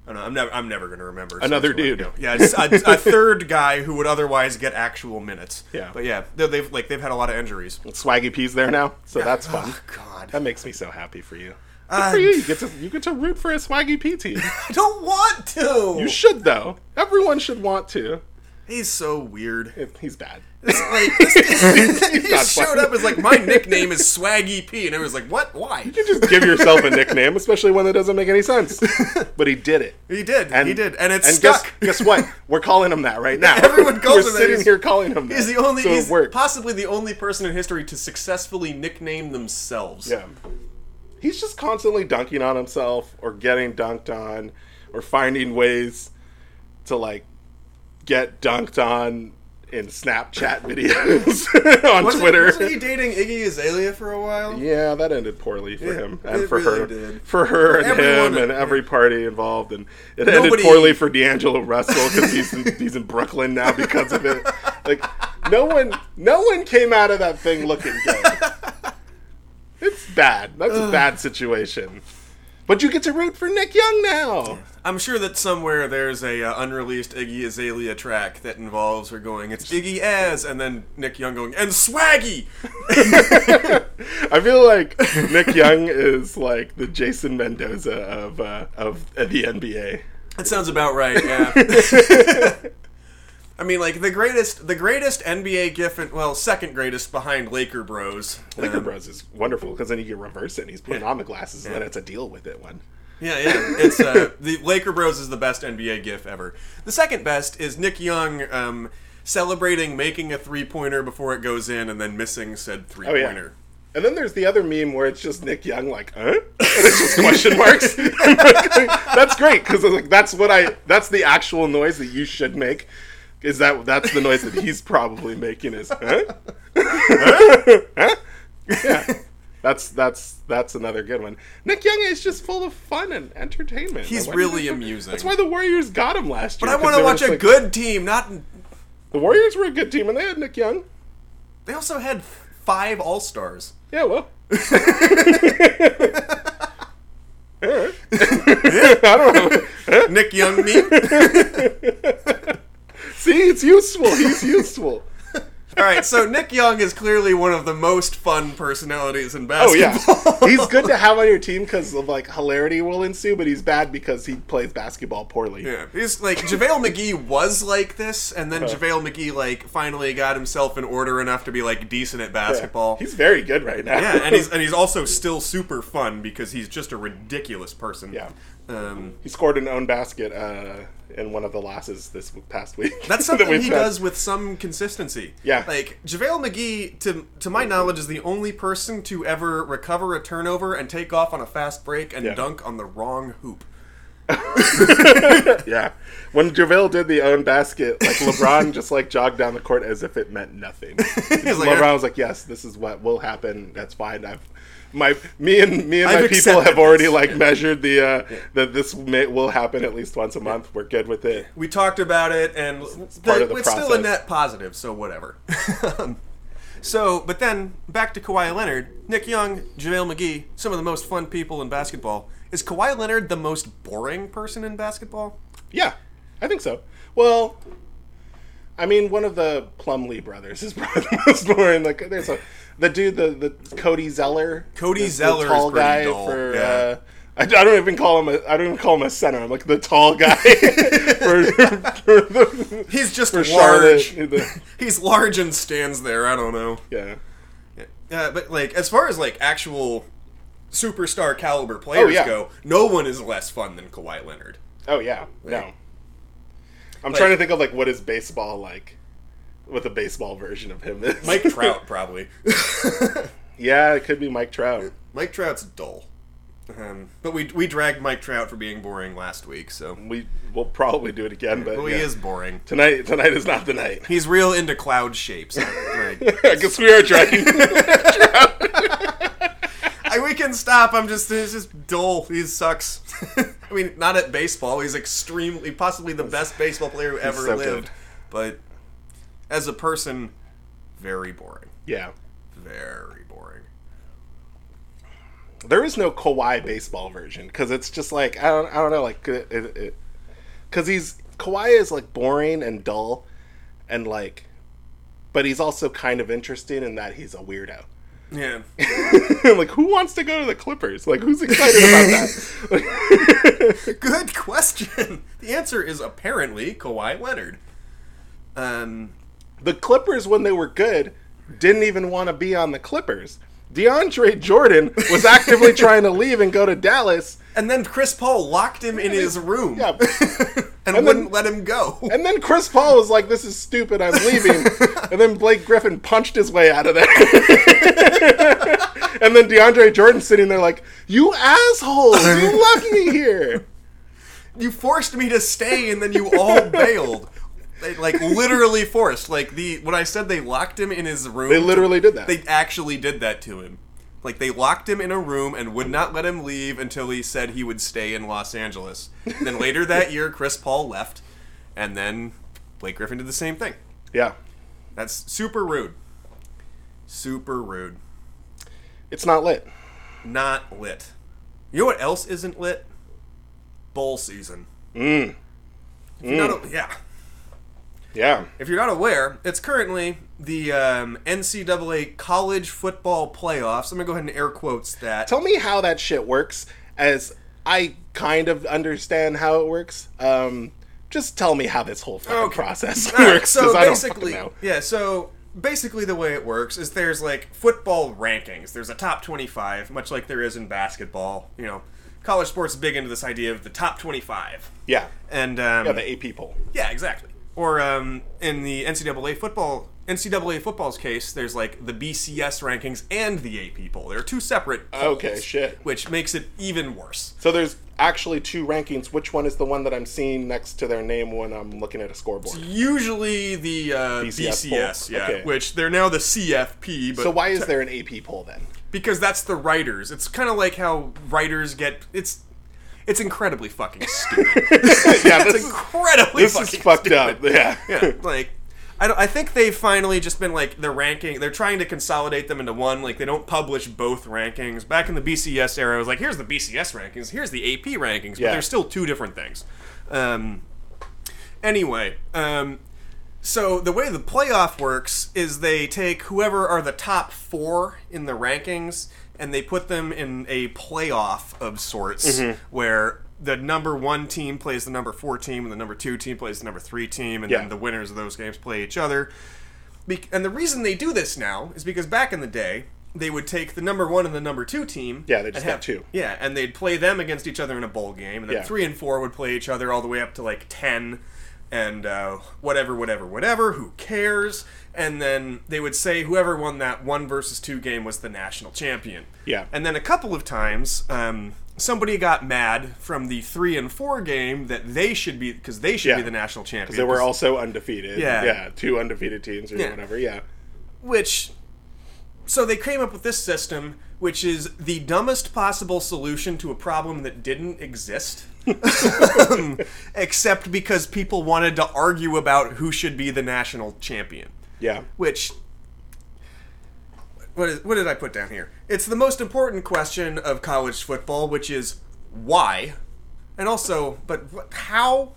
B: don't know. I'm never I'm never gonna remember. so
A: Another
B: it's one-
A: dude.
B: Yeah, it's a, a third guy who would otherwise get actual minutes.
A: Yeah.
B: but yeah, they- they've like they've had a lot of injuries.
A: Swaggy P's there now, so that's fun.
B: Oh, God,
A: That makes me so happy for you. Good
B: Uh,
A: for you. You get to you get to root for a Swaggy P team.
B: I don't want to.
A: You should though. Everyone should want to.
B: He's so weird.
A: If- He's bad.
B: It's like this, he
A: not
B: showed
A: funny.
B: up as like my nickname is Swaggy P, and everyone's like, what? Why?
A: Just give yourself a nickname, especially one that doesn't make any sense. But he did it.
B: He did. he did, and it's
A: guess-
B: stuck.
A: Guess, what? We're calling him that right now.
B: Everyone calls
A: We're
B: him that.
A: sitting
B: He's-
A: here calling him that.
B: He's the only,
A: So
B: he's
A: it worked.
B: possibly the only person in history to successfully nickname themselves.
A: yeah. He's just constantly dunking on himself, or getting dunked on, or finding ways to like get dunked on in Snapchat videos on
B: Wasn't-
A: Twitter.
B: Wasn't he dating Iggy Azalea for a while?
A: Yeah, that ended poorly for him and
B: it
A: for
B: really
A: her,
B: did.
A: for her and
B: Everyone-
A: him and every party involved, and it ended
B: Nobody-
A: poorly for D'Angelo Russell because he's in, he's in Brooklyn now because of it. Like no one, no one came out of that thing looking good. It's bad. That's a bad situation. But you get to root for Nick Young now.
B: I'm sure that somewhere there's a uh, unreleased Iggy Azalea track that involves her going, "It's Iggy Az," and then Nick Young going, "And Swaggy."
A: I feel like Nick Young is like the Jason Mendoza of uh, of uh, the NBA.
B: That sounds about right. Yeah. I mean, like the greatest, the greatest NBA GIF, and well, second greatest behind Laker Bros.
A: Liquor Bros is wonderful because then you can reverse it and he's putting on the glasses and then it's a deal with it one.
B: Yeah, yeah. It's uh, the Laker Bros is the best NBA GIF ever. The second best is Nick Young um, celebrating making a three pointer before it goes in and then missing said three
A: Oh, yeah.
B: pointer.
A: And then there's the other meme where it's just Nick Young like, huh? And it's just question marks. that's great because like that's what I that's the actual noise that you should make. Is that that's the noise that he's probably making is huh? Huh? yeah. That's that's that's another good one. Nick Young is just full of fun and entertainment.
B: He's
A: Like, why do you
B: really
A: think-
B: amusing.
A: That's why the Warriors got him last year.
B: but I
A: 'cause
B: want
A: they
B: to
A: were
B: watch
A: just
B: a
A: like,
B: good team. Not
A: The Warriors were a good team and they had Nick Young.
B: they also had five All Stars.
A: Yeah, well. Alright.
B: Nick Young meme.
A: See, it's useful. He's useful.
B: All right, so Nick Young is clearly one of the most fun personalities in
A: Oh yeah,
B: basketball.
A: he's good to have on your team because of like hilarity will ensue, but he's bad because he plays basketball poorly.
B: Yeah, he's like JaVale McGee was like this, and then JaVale McGee like finally got himself in order enough to be like decent at basketball.
A: He's very good right now.
B: Yeah, and he's and he's also still super fun because he's just a ridiculous person.
A: Yeah.
B: Um,
A: he scored an own basket uh, in one of the losses this w- past week.
B: that's
A: that
B: something
A: we've
B: he
A: had.
B: does with some consistency.
A: Yeah.
B: Like JaVale McGee, to to my knowledge, is the only person to ever recover a turnover and take off on a fast break and
A: Yeah.
B: dunk on the wrong hoop.
A: yeah. When Javale did the own basket, like LeBron just like jogged down the court as if it meant nothing.
B: like,
A: LeBron was like, "Yes, this is what will happen. That's fine. I've my me and me and
B: I've
A: my people
B: accepted
A: have already
B: this."
A: like measured the uh, that this may, will happen at least once a month. We're good with it.
B: we talked about it, and it's,
A: part of the
B: it's still a
A: process.
B: net positive, so whatever. so, but then back to Kawhi Leonard, Nick Young, JaVale McGee, some of the most fun people in basketball. Is Kawhi Leonard the most boring person in basketball?
A: Yeah, I think so. Well, I mean, one of the Plumlee brothers is probably the most boring. Like, there's a the dude, the the Cody Zeller,
B: Cody
A: the- the
B: Zeller is pretty dull, yeah.
A: uh, I, I don't even call him. A, I don't even call him a center. I'm like the tall guy for, for the,
B: He's just
A: for
B: large.
A: Charlotte. The-
B: He's large and stands there. I don't know.
A: yeah.
B: Uh, but like as far as like actual superstar caliber players
A: Oh, yeah.
B: go, no one is less fun than Kawhi Leonard.
A: Oh yeah. No.
B: Like-
A: I'm
B: like-
A: trying to think of like what is baseball like, what the baseball version of him is.
B: Mike Trout probably.
A: yeah, it could be Mike Trout.
B: Mike Trout's dull. Um, but we we dragged Mike Trout for being boring last week, so
A: We will probably do it again, but
B: well, he
A: yeah.
B: is boring.
A: Tonight, tonight is not the night.
B: He's real into cloud shapes. Like,
A: I guess we are trying.
B: I, we can stop. I'm just he's just dull. He sucks. I mean, not at baseball. He's extremely possibly the best baseball player who ever
A: so
B: lived.
A: good.
B: But as a person, very boring.
A: yeah,
B: Very boring.
A: there is no Kawhi baseball version because it's just like I don't, I don't know, like because he's Kawhi is like boring and dull, and like, but he's also kind of interesting in that he's a weirdo.
B: Yeah.
A: like, who wants to go to the Clippers? Like, who's excited about that?
B: Good question. The answer is apparently Kawhi Leonard. Um,
A: the Clippers, when they were good, didn't even want to be on the Clippers. DeAndre Jordan was actively trying to leave and go to Dallas.
B: and then Chris Paul locked him in his room
A: Yeah.
B: and,
A: And then-
B: wouldn't let him go.
A: And then Chris Paul was like, "This is stupid. I'm leaving." and then Blake Griffin punched his way out of there. and then DeAndre Jordan sitting there like, "You assholes! You left me here."
B: You forced me to stay, and then you all bailed. They, like literally forced. Like the when I said they locked him in his room,
A: They literally did that.
B: they actually did that to him. Like they locked him in a room and would not let him leave until he said he would stay in Los Angeles. then later that year, Chris Paul left, and then Blake Griffin did the same thing.
A: yeah,
B: That's super rude. Super rude.
A: it's not lit.
B: Not lit. You know what else isn't lit? Bowl season. Mm. If you're
A: Mm.
B: not a- yeah.
A: Yeah,
B: If you're not aware, it's currently the um, NCAA college football playoffs. I'm gonna go ahead and air quotes that.
A: tell me how that shit works. As I kind of understand how it works, um, just tell me how this whole fucking
B: Okay.
A: process
B: All right,
A: works.
B: So
A: 'cause I don't
B: basically,
A: fucking know.
B: yeah. So basically, the way it works is there's like football rankings. There's a top 25, much like there is in basketball. You know, college sports is big into this idea of the top 25.
A: yeah,
B: And um,
A: yeah, the AP poll.
B: yeah, exactly. Or um, in the NCAA football, NCAA football's case, there's like the BCS rankings and the AP poll. They're two separate. polls,
A: Okay, shit.
B: Which makes it even worse.
A: So there's actually two rankings. Which one is the one that I'm seeing next to their name when I'm looking at a scoreboard?
B: Usually the uh,
A: BCS
B: BCS,
A: poll.
B: yeah,
A: Okay.
B: which they're now the CFP, but
A: So why is there an AP poll then?
B: because that's the writers. It's kind of like how writers get. It's it's incredibly fucking stupid.
A: yeah, this,
B: it's
A: is,
B: incredibly
A: this is
B: fucking
A: fucked
B: stupid.
A: up. Yeah.
B: Yeah, like I, don't, I think they've finally just been like the ranking. They're trying to consolidate them into one. Like they don't publish both rankings. Back in the BCS era, it was like here's the BCS rankings, here's the AP rankings, but
A: Yeah.
B: they're still two different things. Um, anyway, um, so the way the playoff works is they take whoever are the top four in the rankings and they put them in a playoff of sorts
A: Mm-hmm.
B: where the number one team plays the number four team and the number two team plays the number three team and
A: Yeah.
B: then the winners of those games play each other. Be- and the reason they do this now is because back in the day, they would take the number one and the number two team.
A: Yeah, they just
B: and
A: got
B: have-
A: two.
B: Yeah, and they'd play them against each other in a bowl game, and then
A: Yeah.
B: three and four would play each other all the way up to like ten. and uh, whatever, whatever, whatever. Who cares? And then they would say whoever won that one versus two game was the national champion.
A: Yeah.
B: And then a couple of times, um, somebody got mad from the three and four game that they should be because they should
A: Yeah.
B: be the national champion.
A: They were also undefeated.
B: Yeah.
A: yeah, two undefeated teams or whatever. Yeah,
B: which so they came up with this system which is the dumbest possible solution to a problem that didn't exist except because people wanted to argue about who should be the national champion
A: yeah.
B: which what, is, what did i put down here it's the most important question of college football which is why and also but wh- how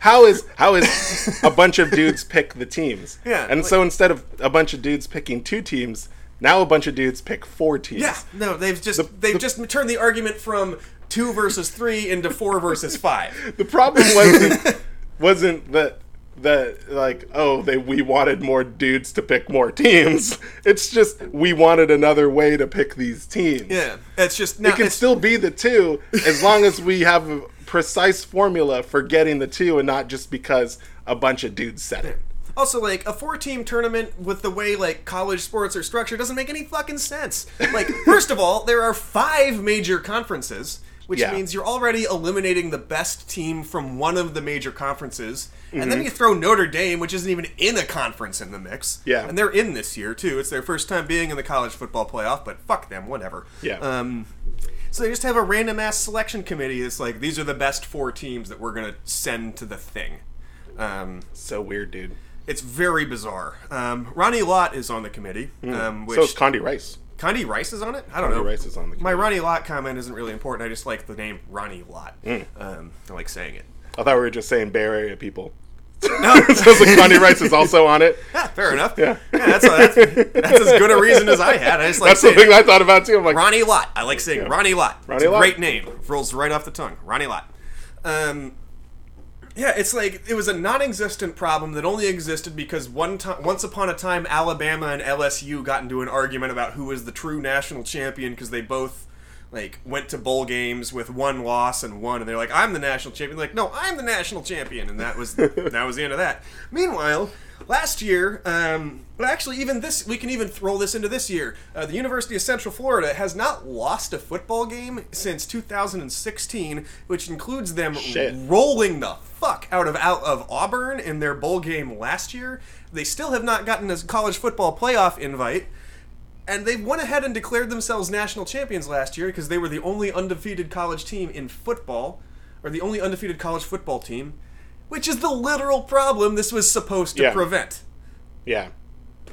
A: How is how is a bunch of dudes pick the teams?
B: Yeah,
A: and
B: like-
A: so instead of a bunch of dudes picking two teams, now a bunch of dudes pick four teams.
B: Yeah, no, they've just they've just turned the argument from two versus three into four versus five.
A: The problem wasn't wasn't that that like oh they we wanted more dudes to pick more teams. It's just we wanted another way to pick these teams.
B: Yeah, it's just now
A: It can
B: it's,
A: still be the two as long as we have a precise formula for getting the two and not just because a bunch of dudes said it.
B: also like a four team tournament with the way like college sports are structured doesn't make any fucking sense. Like, first of all, there are five major conferences. Which
A: Yeah.
B: means you're already eliminating the best team from one of the major conferences, and
A: Mm-hmm.
B: then you throw Notre Dame, which isn't even in a conference, in the mix.
A: Yeah.
B: and they're in this year too. It's their first time being in the college football playoff, but fuck them, whatever.
A: Yeah.
B: Um, so they just have a random ass selection committee that's like, these are the best four teams that we're gonna send to the thing. Um,
A: So weird, dude.
B: it's very bizarre. Um, Ronnie Lott is on the committee, um, which
A: Hmm. So it's Condi Rice.
B: Condi Rice is on it. I don't know.
A: Rice is on the
B: My Ronnie Lott comment isn't really important. I just like the name Ronnie Lott.
A: Hmm.
B: Um, I like saying it.
A: I thought we were just saying Bay Area people. No, so Condi Rice is also on it.
B: Ah, fair enough. Yeah, that's, that's, that's as good a reason as I had. I just like
A: That's the
B: saying
A: thing I thought about too. I'm like,
B: Ronnie Lott. I like saying Ronnie Lott. Ronnie it's a
A: Ronnie Lott.
B: great name. Rolls right off the tongue. Ronnie Lott. Um, yeah, it's like it was a non-existent problem that only existed because one time, once upon a time, Alabama and LSU got into an argument about who was the true national champion because they both like went to bowl games with one loss and one, and they're like, "I'm the national champion." Like, no, I'm the national champion, and that was that was the end of that. Meanwhile. Last year, um, well, actually, even this, we can even throw this into this year. Uh, the University of Central Florida has not lost a football game since 2016, which includes them
A: Shit.
B: rolling the fuck out of out of Auburn in their bowl game last year. They still have not gotten a college football playoff invite, and they went ahead and declared themselves national champions last year because they were the only undefeated college team in football, or the only undefeated college football team, which is the literal problem this was supposed to
A: Yeah.
B: prevent.
A: yeah.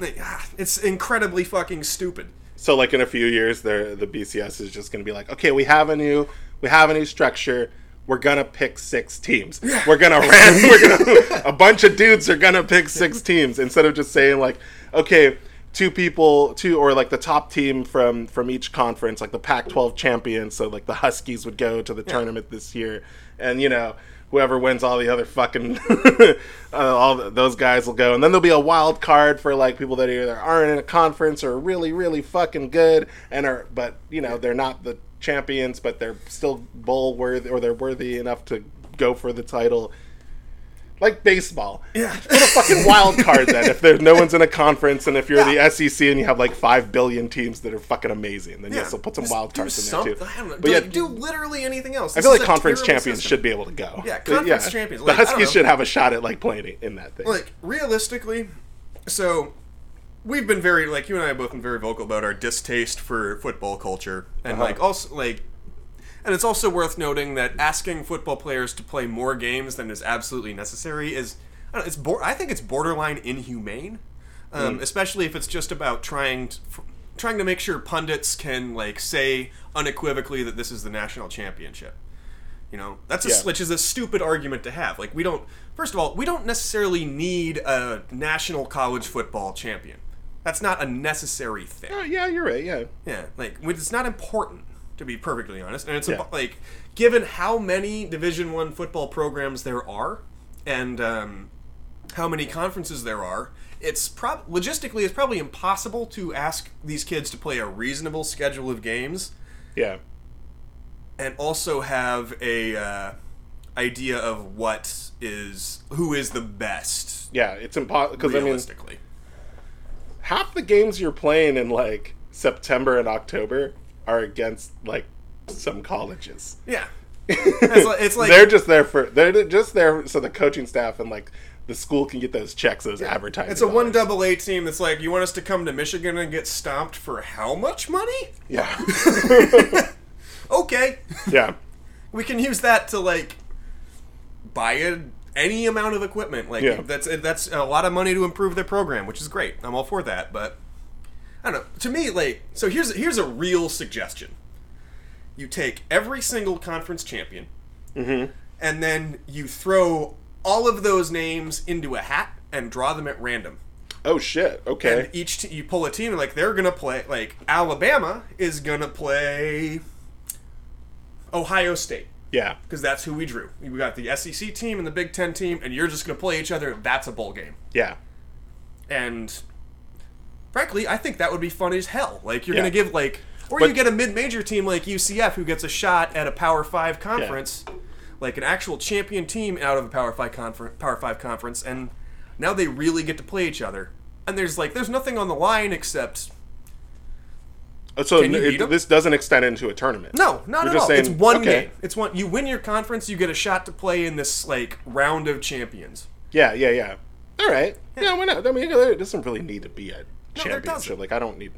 B: Like, ah, It's incredibly fucking stupid.
A: So like in a few years, the the BCS is just going to be like, okay, we have a new we have a new structure. We're gonna pick six teams. We're gonna ran. We're gonna a bunch of dudes are gonna pick six teams instead of just saying like, okay, two people, two or like the top team from from each conference, like the Pac-12 champions. So like the Huskies would go to the tournament this year, and you know whoever wins all the other fucking uh, all th those guys will go and then there'll be a wild card for like people that either aren't in a conference or are really really fucking good and are but you know they're not the champions but they're still bowl worthy or they're worthy enough to go for the title like baseball
B: Yeah.
A: put a fucking wild card then if there's no one's in a conference and if you're the SEC and you have like 5 billion teams that are fucking amazing then yes,
B: Yeah,
A: so put some
B: just
A: wild
B: do
A: cards in there too
B: something- I don't know.
A: but
B: do,
A: yeah
B: like, do literally anything else.
A: I feel like conference champions should be able to go.
B: Yeah,
A: But
B: conference champions, like, I
A: the
B: don't
A: Huskies
B: know.
A: should have a shot at like playing it in that thing.
B: like realistically so we've been very like you and i have both been very vocal about our distaste for football culture and like also like and it's also worth noting that asking football players to play more games than is absolutely necessary is I, don't know, it's bor- I think it's borderline inhumane um, especially if it's just about trying to, f- trying to make sure pundits can like say unequivocally that this is the national championship you know, that's a
A: Yeah.
B: which is a stupid argument to have. Like we don't. First of all, we don't necessarily need a national college football champion. That's not a necessary thing.
A: Oh, yeah, you're right. Yeah,
B: Yeah, like when- it's not important to be perfectly honest, and it's
A: Yeah.
B: about, like given how many Division One football programs there are, and um, how many conferences there are, it's prob logistically it's probably impossible to ask these kids to play a reasonable schedule of games
A: yeah,
B: and also have a uh, idea of what is who is the best
A: Yeah, it's impossible because I mean,
B: realistically.
A: half the games you're playing in like September and October are against like some colleges.
B: yeah, it's like, it's like
A: they're just there for they're just there so the coaching staff and like the school can get those checks as advertising.
B: it's a one
A: dollars.
B: double A team that's like, you want us to come to Michigan and get stomped for how much money?
A: Yeah,
B: Okay,
A: yeah,
B: we can use that to like buy a, any amount of equipment. Like
A: Yeah.
B: that's that's a lot of money to improve their program, which is great. I'm all for that, but I don't know. To me, like so here's here's a real suggestion. You take every single conference champion, and then you throw all of those names into a hat and draw them at random.
A: Oh shit. Okay.
B: And each t- you pull a team and like they're gonna play like Alabama is gonna play Ohio State
A: yeah.
B: because that's who we drew. We got the SEC team and the Big Ten team, and you're just going to play each other. That's a bowl game.
A: Yeah.
B: And frankly, I think that would be fun as hell. Like you're
A: Yeah.
B: going to give like, or
A: But-
B: you get a mid-major team like UCF who gets a shot at a Power Five conference, like an actual champion team out of a Power Five conference, Power Five conference, and now they really get to play each other. And there's like, there's nothing on the line except
A: So
B: Can you
A: it-
B: beat 'em?
A: this doesn't extend into a tournament.
B: No, not
A: You're
B: at
A: just
B: all.
A: saying-
B: it's one
A: okay.
B: game. It's one. You win your conference, you get a shot to play in this like round of champions.
A: Yeah. Yeah. Yeah. All right. Yeah. Why not? I mean, it doesn't really need to be a championship.
B: doesn't.
A: like, I don't need.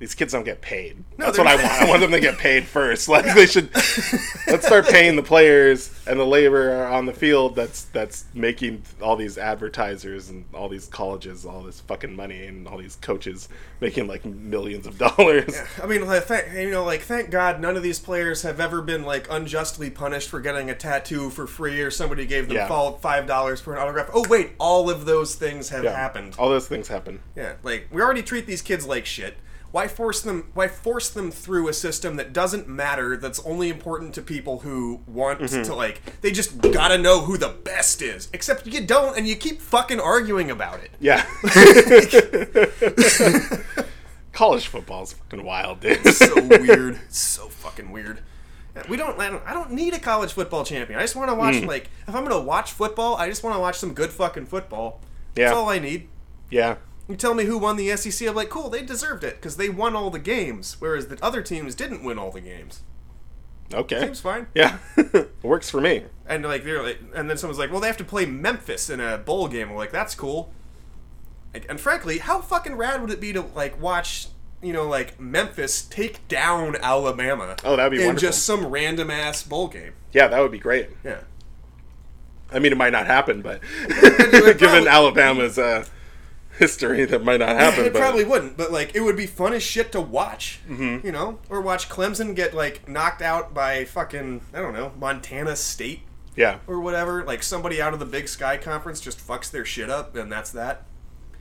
A: These kids don't get paid.
B: No,
A: That's
B: they're-
A: what I want. I want them to get paid first. Like they should. Let's start paying the players and the labor on the field. That's that's making all these advertisers and all these colleges all this fucking money and all these coaches making like millions of dollars.
B: I mean, like, thank, you know, like thank God none of these players have ever been like unjustly punished for getting a tattoo for free or somebody gave them
A: Yeah.
B: fall five dollars for an autograph. Oh wait, all of those things have
A: Yeah.
B: happened.
A: All those things happen.
B: Yeah, like we already treat these kids like shit. Why force them? Why force them through a system that doesn't matter? That's only important to people who want
A: Mm-hmm.
B: to like. They just gotta know who the best is. Except you don't, and you keep fucking arguing about it.
A: Yeah. College football's fucking wild, dude.
B: so weird. It's so fucking weird. We don't I, don't. I don't need a college football champion. I just want to watch like if I'm gonna watch football, I just want to watch some good fucking football. That's
A: Yeah.
B: all I need.
A: yeah.
B: You tell me who won the SEC. I'm like, cool. They deserved it because they won all the games, whereas the other teams didn't win all the games.
A: Okay.
B: Seems fine.
A: Yeah. Works for me.
B: And like they're like, and then someone's like, well, they have to play Memphis in a bowl game. I'm like, that's cool. Like, and frankly, how fucking rad would it be to like watch, you know, like Memphis take down Alabama?
A: Oh, that'd be
B: in
A: wonderful.
B: just some random ass bowl game.
A: Yeah, that would be great.
B: Yeah.
A: I mean, it might not happen, but given
B: would probably-
A: Alabama's uh, history, that might not happen.
B: Eh, It
A: but
B: probably wouldn't, but like it would be fun as shit to watch,
A: Mm-hmm.
B: you know, or watch Clemson get like knocked out by fucking I don't know Montana State
A: yeah,
B: or whatever. Like somebody out of the Big Sky Conference just fucks their shit up, and that's that.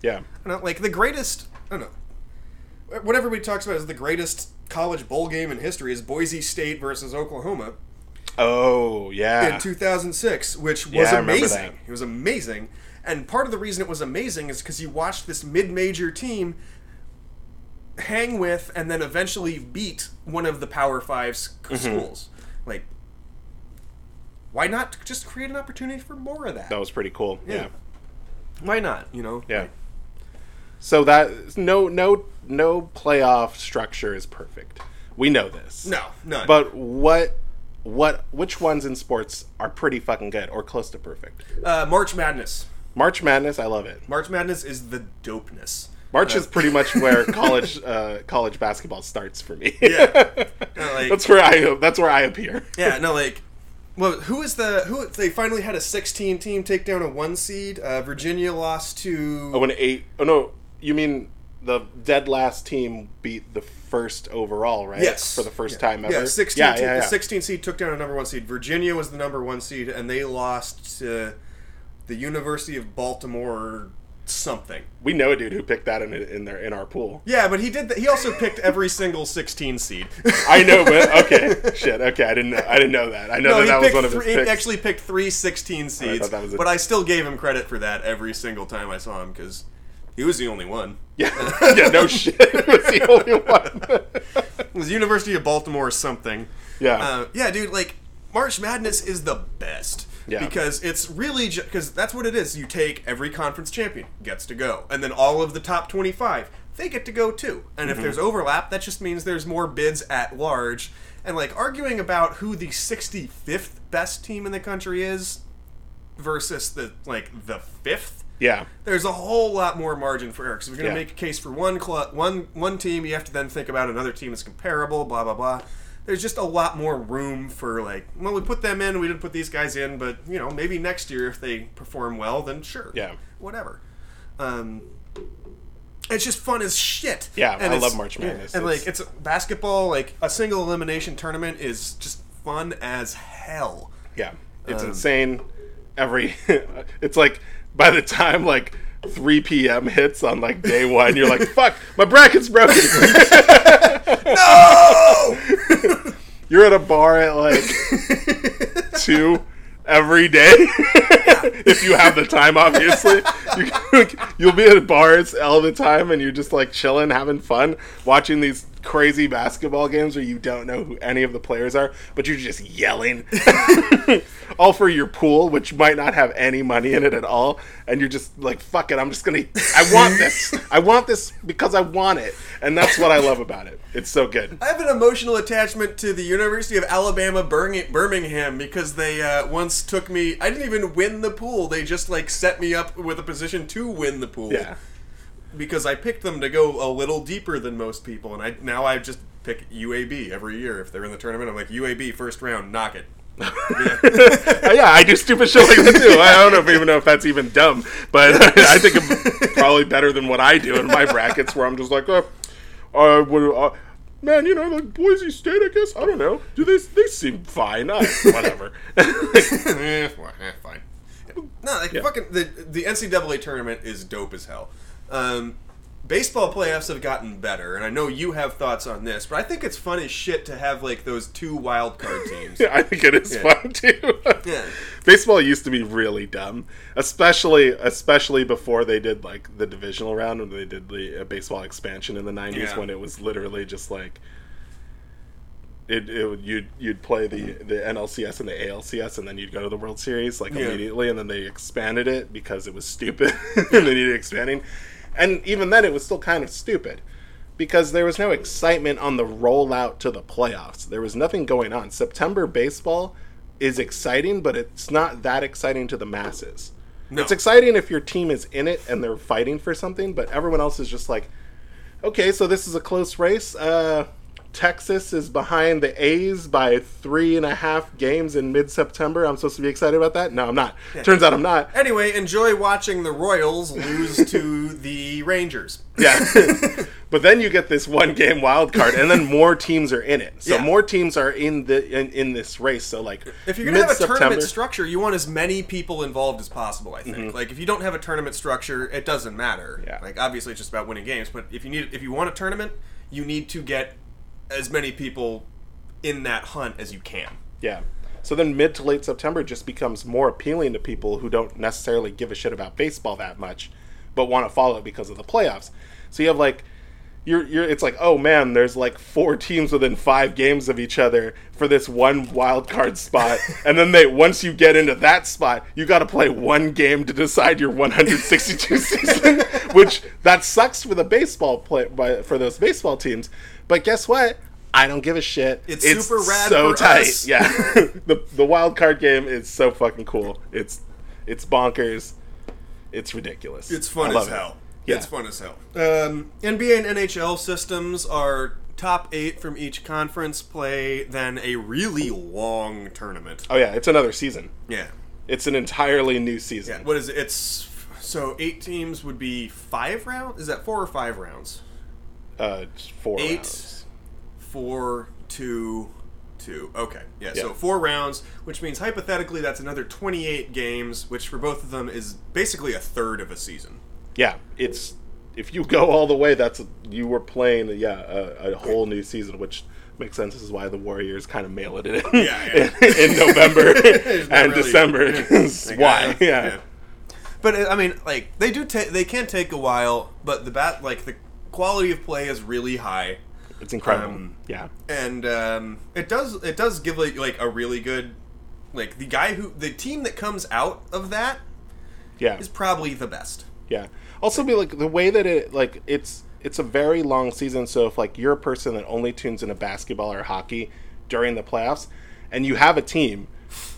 A: yeah,
B: I don't know, like the greatest. I don't know. What everybody talks about is the greatest college bowl game in history is Boise State versus Oklahoma
A: oh
B: in
A: yeah,
B: 2006, which was
A: Yeah, I remember
B: amazing.
A: that.
B: It was amazing, and part of the reason it was amazing is because you watched this mid-major team hang with and then eventually beat one of the Power Five
A: Mm-hmm.
B: schools. Like, why not just create an opportunity for more of that?
A: that was pretty cool. Yeah,
B: Why not? You know?
A: yeah. So that no no no playoff structure is perfect. We know this.
B: No, none.
A: but what what which ones in sports are pretty fucking good or close to perfect?
B: uh, March Madness.
A: March Madness, I love it.
B: March Madness is the dopeness.
A: March is pretty much where college uh, college basketball starts for me.
B: Yeah. No, like-
A: that's where I that's where I appear.
B: yeah, no, like, well, who is the who? They finally had a 16 team take down a one seed. Uh, Virginia lost to.
A: Oh, an eight. Oh no, you mean the dead last team beat the first overall, right?
B: Yes,
A: for the first
B: Yeah.
A: time ever.
B: Yeah, 16
A: Yeah,
B: te-
A: yeah, yeah.
B: The 16 seed took down a number one seed. Virginia was the number one seed, and they lost to the University of Baltimore or something.
A: We know a dude who picked that in in their in our pool.
B: Yeah, but he did. Th- he also picked every single 16 seed.
A: I know, but okay, shit. Okay, I didn't know. I didn't know that. I know
B: No,
A: that
B: he
A: that was
B: picked
A: one of his
B: three,
A: picks.
B: he actually picked three 16 seeds,
A: that was a-
B: but I still gave him credit for that every single time I saw him because he was the only one.
A: yeah, yeah, no shit. It was the only one.
B: It was University of Baltimore or something.
A: yeah,
B: Uh, yeah, dude, like March Madness is the best.
A: Yeah.
B: Because it's really because that's what it is. You take every conference champion gets to go, and then all of the top twenty-five they get to go too. And
A: Mm-hmm.
B: if there's overlap, that just means there's more bids at large. And like arguing about who the sixty-fifth best team in the country is versus the like the fifth
A: Yeah.
B: there's a whole lot more margin for error. Because if you're going to
A: Yeah.
B: make a case for one, cl- one, one team, you have to then think about another team that's comparable, blah, blah, blah. There's just a lot more room for, like, well, we put them in, we didn't put these guys in, but, you know, maybe next year if they perform well, then sure.
A: Yeah.
B: Whatever. Um, it's just fun as shit.
A: Yeah, I
B: it's-
A: love March Madness.
B: And,
A: It's-
B: like, it's basketball, like, a single elimination tournament is just fun as hell.
A: Yeah, it's insane. Every it's like by the time like 3 p.m. hits on like day one, you're like, "Fuck, my bracket's broken."
B: No!
A: you're at a bar at like two every day if you have the time. Obviously, you, you'll be at bars all the time, and you're just like chilling, having fun, watching these crazy basketball games where you don't know who any of the players are, but you're just yelling. all for your pool, which might not have any money in it at all, and you're just like, "Fuck it, I'm just gonna. I want this. I want this because I want it," and that's what I love about it. It's so good.
B: I have an emotional attachment to the University of Alabama Birming- Birmingham because they uh, once took me. I didn't even win the pool. They just like set me up with a position to win the pool.
A: Yeah.
B: Because I picked them to go a little deeper than most people, and I now I just pick UAB every year if they're in the tournament. I'm like UAB first round, knock it.
A: Uh, yeah, I do stupid shit like that too. I don't know if even know if that's even dumb, but I think it's probably better than what I do in my brackets, where I'm just like, oh, I would, uh, man, you know, like Boise State, I guess. I don't know. Do they? They seem fine. I, whatever.
B: Eh, well, eh, fine. No, like fucking the the NCAA tournament is dope as hell. Um, baseball playoffs have gotten better, and I know you have thoughts on this, but I think it's fun as shit to have like those two wild card teams.
A: I think it is
B: Yeah.
A: fun too.
B: Yeah.
A: Baseball used to be really dumb, especially especially before they did like the divisional round when they did the uh, baseball expansion in the '90s
B: Yeah.
A: when it was literally just like it, it would- you'd you'd play the the NLCS and the ALCS and then you'd go to the World Series like
B: Yeah.
A: immediately and then they expanded it because it was stupid and they needed expanding, and even then it was still kind of stupid because there was no excitement on the rollout to the playoffs. There was nothing going on. September baseball is exciting, but it's not that exciting to the masses.
B: No.
A: It's exciting if your team is in it and they're fighting for something, but everyone else is just like, okay, so this is a close race. Uh, Texas is behind the A's by three and a half games in mid September. I'm supposed to be excited about that? No, I'm not. Turns out I'm not.
B: Anyway, enjoy watching the Royals lose to the Rangers.
A: Yeah. but then you get this one game wild card, and then more teams are in it. So
B: Yeah.
A: more teams are in the in, in this race. So like
B: If you're gonna have a
A: mid-September- Mm-hmm.
B: tournament structure, you want as many people involved as possible. I think. Like if you don't have a tournament structure, it doesn't matter.
A: Yeah.
B: Like obviously, it's just about winning games. But if you need, if you want a tournament, you need to get as many people in that hunt as you can.
A: yeah. So then mid to late September just becomes more appealing to people who don't necessarily give a shit about baseball that much, but want to follow it because of the playoffs. So you have like you're, you're it's like oh man there's like four teams within five games of each other for this one wild card spot and then they once you get into that spot you got to play one game to decide your 162 season which that sucks for the baseball play by, for those baseball teams but guess what i don't give a shit
B: It's super rad for us.
A: yeah the, the wild card game is so fucking cool it's it's bonkers it's ridiculous
B: It's fun
A: I
B: as
A: love it.
B: hell.
A: Yeah.
B: It's fun as hell. Um, NBA and NHL systems are top eight from each conference play, then a really long tournament.
A: oh yeah it's another season
B: Yeah.
A: It's an entirely new season.
B: What is it? It's so eight teams would be five rounds. Is that four or five rounds?
A: Uh, it's four
B: Eight.
A: rounds.
B: Four, two, two. Okay, yeah,
A: Yeah.
B: So four rounds, which means hypothetically that's another twenty-eight games, which for both of them is basically a third of a season.
A: Yeah, it's if you go all the way, that's you were playing. Yeah, a, a whole new season, which makes sense. This is why the Warriors kind of mail it in.
B: Yeah, yeah.
A: in, in November
B: It's not
A: and
B: really-
A: December. is
B: Like, uh,
A: why?
B: I-
A: Yeah.
B: But I mean, like they do. Ta- they can take a while, but the bat, like the quality of play is really high.
A: it's incredible.
B: Um,
A: yeah,
B: and um, it does it does give like, like a really good like the guy who the team that comes out of that
A: Yeah.
B: is probably the best.
A: Yeah. Also, be like the way that it like it's it's a very long season. So if like you're a person that only tunes into basketball or hockey during the playoffs, and you have a team,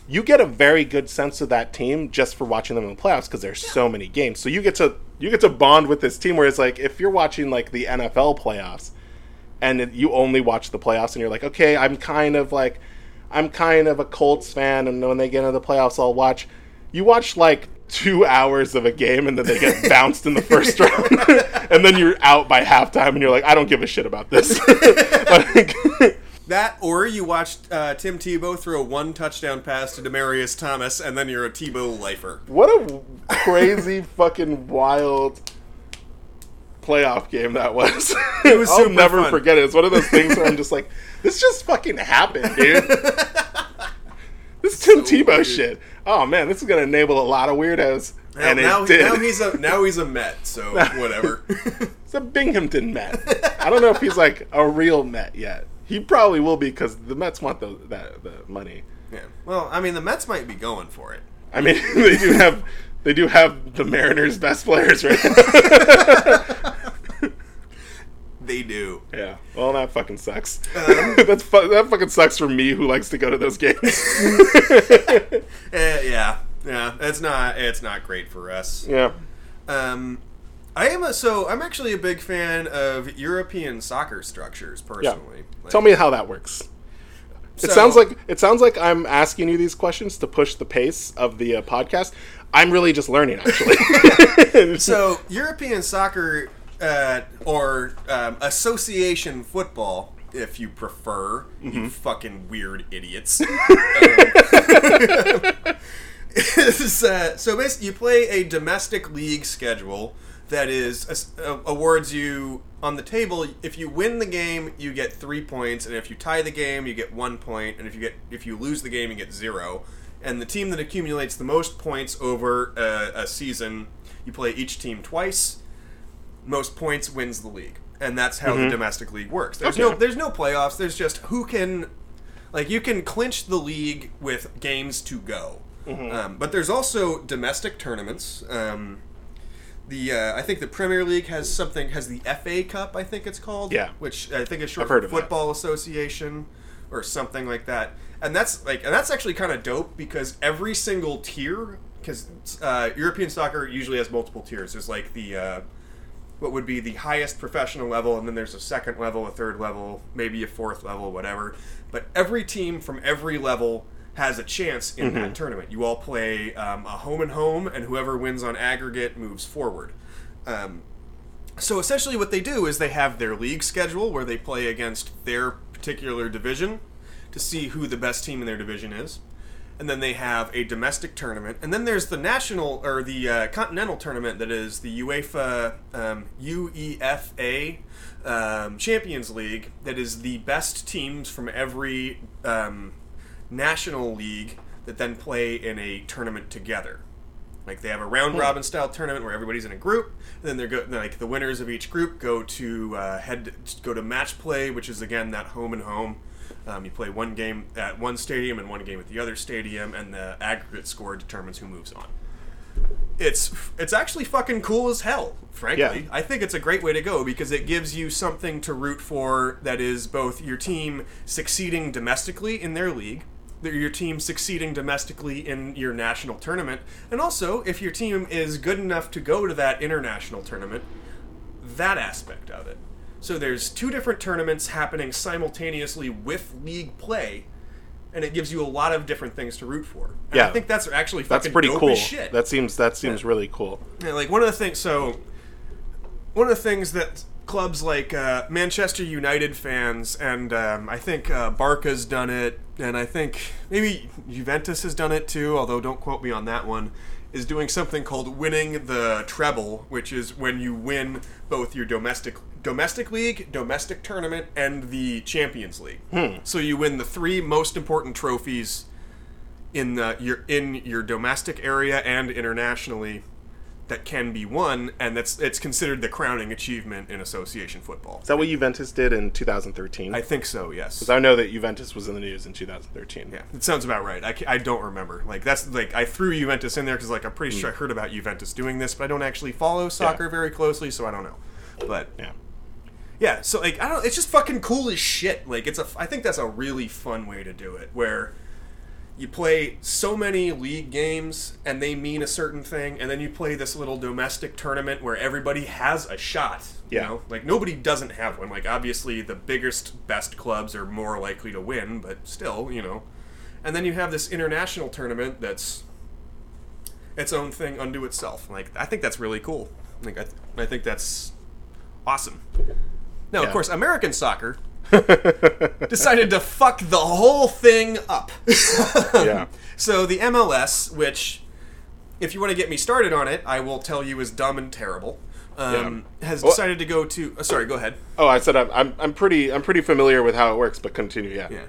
A: you get a very good sense of that team just for watching them in the playoffs because there's so many games. So you get to you get to bond with this team. Whereas like if you're watching like the NFL playoffs, and it- you only watch the playoffs and you're like, okay, I'm kind of like, I'm kind of a Colts fan, and when they get into the playoffs, I'll watch. You watch like two hours of a game, and then they get bounced in the first round, and then you're out by halftime, and you're like, I don't give a shit about this. Like,
B: That or you watched uh, Tim Tebow throw one touchdown pass to Demarius Thomas, and then you're a Tebow lifer.
A: what a crazy fucking wild playoff game that was. It
B: was
A: I'll
B: super
A: never
B: fun.
A: forget it. It's one of those things where I'm just like, this just fucking happened, dude. this Tim Tebow
B: weird.
A: shit. Oh man, this is gonna enable a lot of weirdos.
B: Now,
A: and it
B: now,
A: did.
B: now he's a now he's a Met, so whatever.
A: it's a Binghamton Met. I don't know if he's like a real Met yet. He probably will be because the Mets want the that the money.
B: yeah. Well, I mean, the Mets might be going for it.
A: I mean, they do have they do have the Mariners' best players right now.
B: They do.
A: Yeah. Well, that fucking sucks.
B: Um,
A: That's fu- that fucking sucks for me who likes to go to those games.
B: Eh, yeah, yeah. It's not it's not great for us.
A: yeah.
B: Um, I am a, so I'm actually a big fan of European soccer structures
A: Yeah.
B: personally. Like,
A: Tell me how that works. It
B: so-
A: sounds like it sounds like I'm asking you these questions to push the pace of the uh, podcast. I'm really just learning, actually.
B: so European soccer uh, or um, association football, if you prefer, you fucking weird idiots. Um, is, uh, so basically, you play a domestic league schedule that is uh, awards you on the table. If you win the game, you get three points, and if you tie the game, you get one point, and if you get if you lose the game, you get zero. And the team that accumulates the most points over uh, a season, you play each team twice. Most points wins the league, and that's how the domestic league works. There's no
A: Mm-hmm. Okay.
B: there's no playoffs. There's just who can like you can clinch the league with games to go.
A: Mm-hmm.
B: Um, but there's also domestic tournaments. Um, the uh, I think the Premier League has something has the FA Cup I think it's called.
A: Yeah.
B: which I think is short
A: I've heard
B: for
A: of that.
B: Football Association or something like that. And that's like and that's actually kind of dope because every single tier because uh, European soccer usually has multiple tiers. There's like the uh, what would be the highest professional level, and then there's a second level, a third level, maybe a fourth level, whatever. But every team from every level has a chance in
A: Mm-hmm.
B: that tournament. You all play um, a home and home, and whoever wins on aggregate moves forward. Um, so essentially, what they do is they have their league schedule where they play against their particular division to see who the best team in their division is. And then they have a domestic tournament, and then there's the national or the uh, continental tournament that is the UEFA um, UEFA um, Champions League. That is the best teams from every um, national league that then play in a tournament together. Like they have a round robin style tournament where everybody's in a group, and then they're go then, like the winners of each group go to uh, head go to match play, which is again that home and home. Um, you play one game at one stadium and one game at the other stadium, and the aggregate score determines who moves on. It's it's actually fucking cool as hell, frankly.
A: Yeah.
B: I think it's a great way to go because it gives you something to root for that is both your team succeeding domestically in their league, that your team succeeding domestically in your national tournament, and also if your team is good enough to go to that international tournament, that aspect of it. So there's two different tournaments happening simultaneously with league play. And it gives you a lot of different things to root for. And I
A: Yeah.
B: think that's actually
A: That's
B: fucking
A: pretty
B: dope
A: cool.
B: as shit.
A: That seems that seems really cool.
B: Yeah, like one of the things. So, one of the things that clubs like uh, Manchester United fans, and um, I think uh, Barca's done it, and I think maybe Juventus has done it too. Although, don't quote me on that one. Is doing something called winning the treble, which is when you win both your domestic domestic league, domestic tournament, and the Champions League. So you win the three most important trophies in the your in your domestic area and internationally that can be won, and that's it's considered the crowning achievement in association football.
A: Is that what Juventus did in 2013?
B: I think so. Yes.
A: 'Cause I know that Juventus was in the news in 2013.
B: Yeah, it sounds about right. I, ca- I don't remember. Like that's like I threw Juventus in there because like I'm pretty sure I heard about Juventus doing this, but I don't actually follow soccer very closely, so I don't know. But
A: Yeah.
B: yeah, so like I don't. It's just fucking cool as shit. Like it's a. I think that's a really fun way to do it, where you play so many league games and they mean a certain thing, and then you play this little domestic tournament where everybody has a shot. You
A: Yeah.
B: know, like nobody doesn't have one. Like obviously the biggest, best clubs are more likely to win, but still, you know. And then you have this international tournament that's its own thing unto itself. Like I think that's really cool. Like I, th- I think that's awesome. Now, of
A: Yeah.
B: course, American soccer decided to fuck the whole thing up.
A: Yeah.
B: so the MLS, which, if you want to get me started on it, I will tell you is dumb and terrible, um, has
A: Well-
B: decided to go to. Uh, sorry, go ahead.
A: Oh, I said I'm, I'm I'm pretty I'm pretty familiar with how it works, but continue. Yeah.
B: Yeah.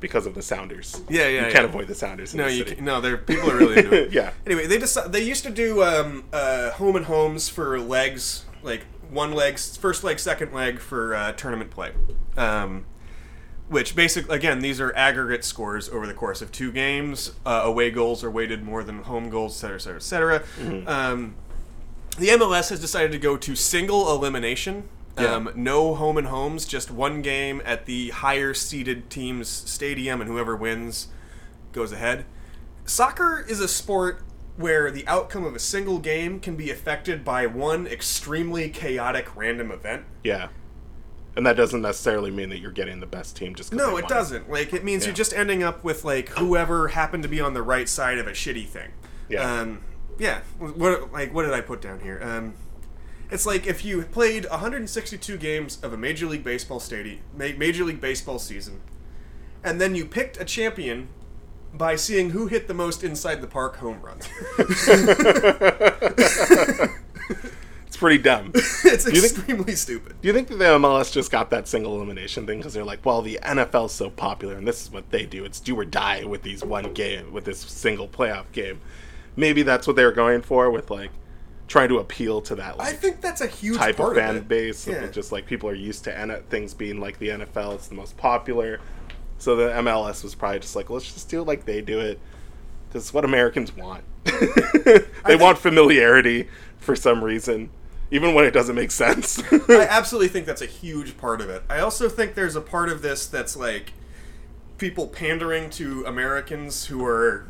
A: Because of the Sounders.
B: Yeah,
A: You
B: yeah,
A: can't
B: yeah.
A: avoid the Sounders. In
B: No,
A: this
B: you
A: city.
B: can, no. There, people are really into it.
A: Yeah.
B: Anyway, they decide, they used to do um, uh, home and homes for legs, like one leg, first leg, second leg for uh, tournament play. Um, which basically, again, these are aggregate scores over the course of two games. Uh, away goals are weighted more than home goals, et cetera, et cetera, et cetera.
A: Mm-hmm.
B: Um, the MLS has decided to go to single elimination.
A: Yeah.
B: Um, no home and homes, just one game at the higher seeded team's stadium, and whoever wins goes ahead. Soccer is a sport where the outcome of a single game can be affected by one extremely chaotic random event.
A: Yeah. And that doesn't necessarily mean that you're getting the best team just 'cause
B: No,
A: they
B: it
A: won.
B: doesn't. Like it means
A: Yeah.
B: you're just ending up with like whoever happened to be on the right side of a shitty thing.
A: Yeah.
B: Um, yeah. What like what did I put down here? Um, it's like if you played 162 games of a major league baseball stadium, ma- major league baseball season, and then you picked a champion by seeing who hit the most inside the park home runs.
A: It's pretty dumb. Do
B: it's
A: you think-
B: extremely stupid.
A: you think that the MLS just got that single elimination thing because they're like, well, the NFL's so popular and this is what they do. It's do or die with these one game, with this single playoff game. Maybe that's what they were going for with like trying to appeal to that
B: I
A: like
B: think that's a huge
A: type
B: part
A: of fan
B: it.
A: base.
B: Yeah.
A: of Just like people are used to N- things being like the NFL, it's the most popular. So the MLS was probably just like, let's just do it like they do it. Because what Americans want. they want familiarity for some reason, even when it doesn't make sense.
B: I absolutely think that's a huge part of it. I also think there's a part of this that's like people pandering to Americans who are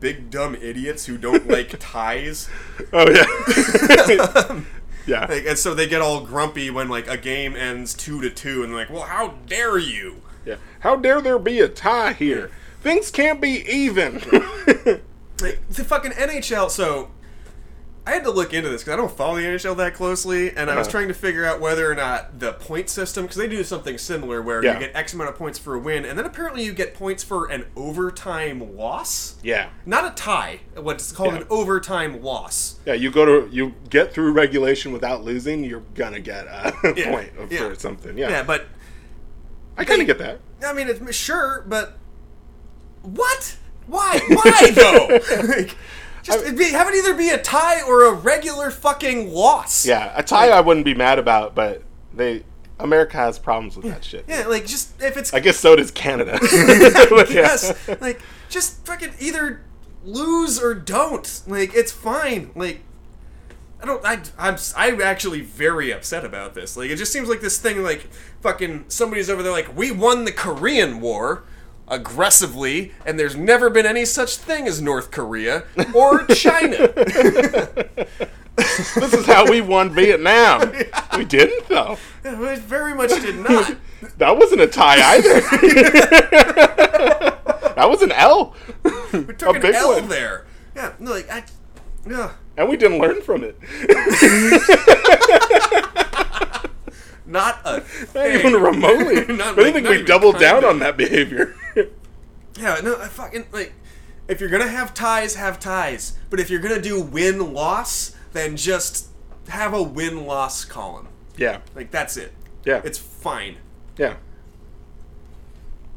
B: big dumb idiots who don't like ties.
A: oh, yeah. yeah.
B: Like, and so they get all grumpy when like a game ends two to two and they're like, "Well, how dare you?"
A: yeah. How dare there be a tie here? Things can't be even.
B: Like the fucking NHL. So I had to look into this because I don't follow the NHL that closely, and I was
A: Uh-huh.
B: trying to figure out whether or not the point system because they do something similar where
A: Yeah.
B: you get X amount of points for a win, and then apparently you get points for an overtime loss.
A: yeah.
B: Not a tie. What's called an
A: Yeah.
B: overtime loss.
A: Yeah, you go to you get through regulation without losing, you're gonna get a
B: Yeah,
A: point of-
B: yeah.
A: for something. Yeah,
B: Yeah, but
A: I kind of get that.
B: I mean, it's sure, but what? Why? Why though? like, just it'd be, have it either be a tie or a regular fucking loss.
A: Yeah, a tie I wouldn't be mad about, but they America has problems with that shit.
B: Yeah, like just if it's
A: I guess so does Canada.
B: yes, like just fucking either lose or don't. Like it's fine. Like I don't. I I'm I'm actually very upset about this. Like it just seems like this thing. Like fucking somebody's over there. Like we won the Korean War aggressively, and there's never been any such thing as North Korea or China.
A: this is how we won Vietnam. We didn't though.
B: it very much did not.
A: That wasn't a tie either. that was an L.
B: We took
A: A
B: an
A: big
B: L
A: one.
B: there. Yeah. No. Like I. Yeah.
A: And we didn't learn from it.
B: Not a.
A: Not even
B: thing.
A: remotely.
B: Not
A: if anything,
B: like- not
A: we
B: even
A: doubled
B: kinda.
A: down on that behavior.
B: Yeah, no, I fucking like. If you're gonna have ties, have ties. But if you're gonna do win loss, then just have a win loss column.
A: yeah.
B: Like that's it.
A: Yeah.
B: It's fine.
A: Yeah.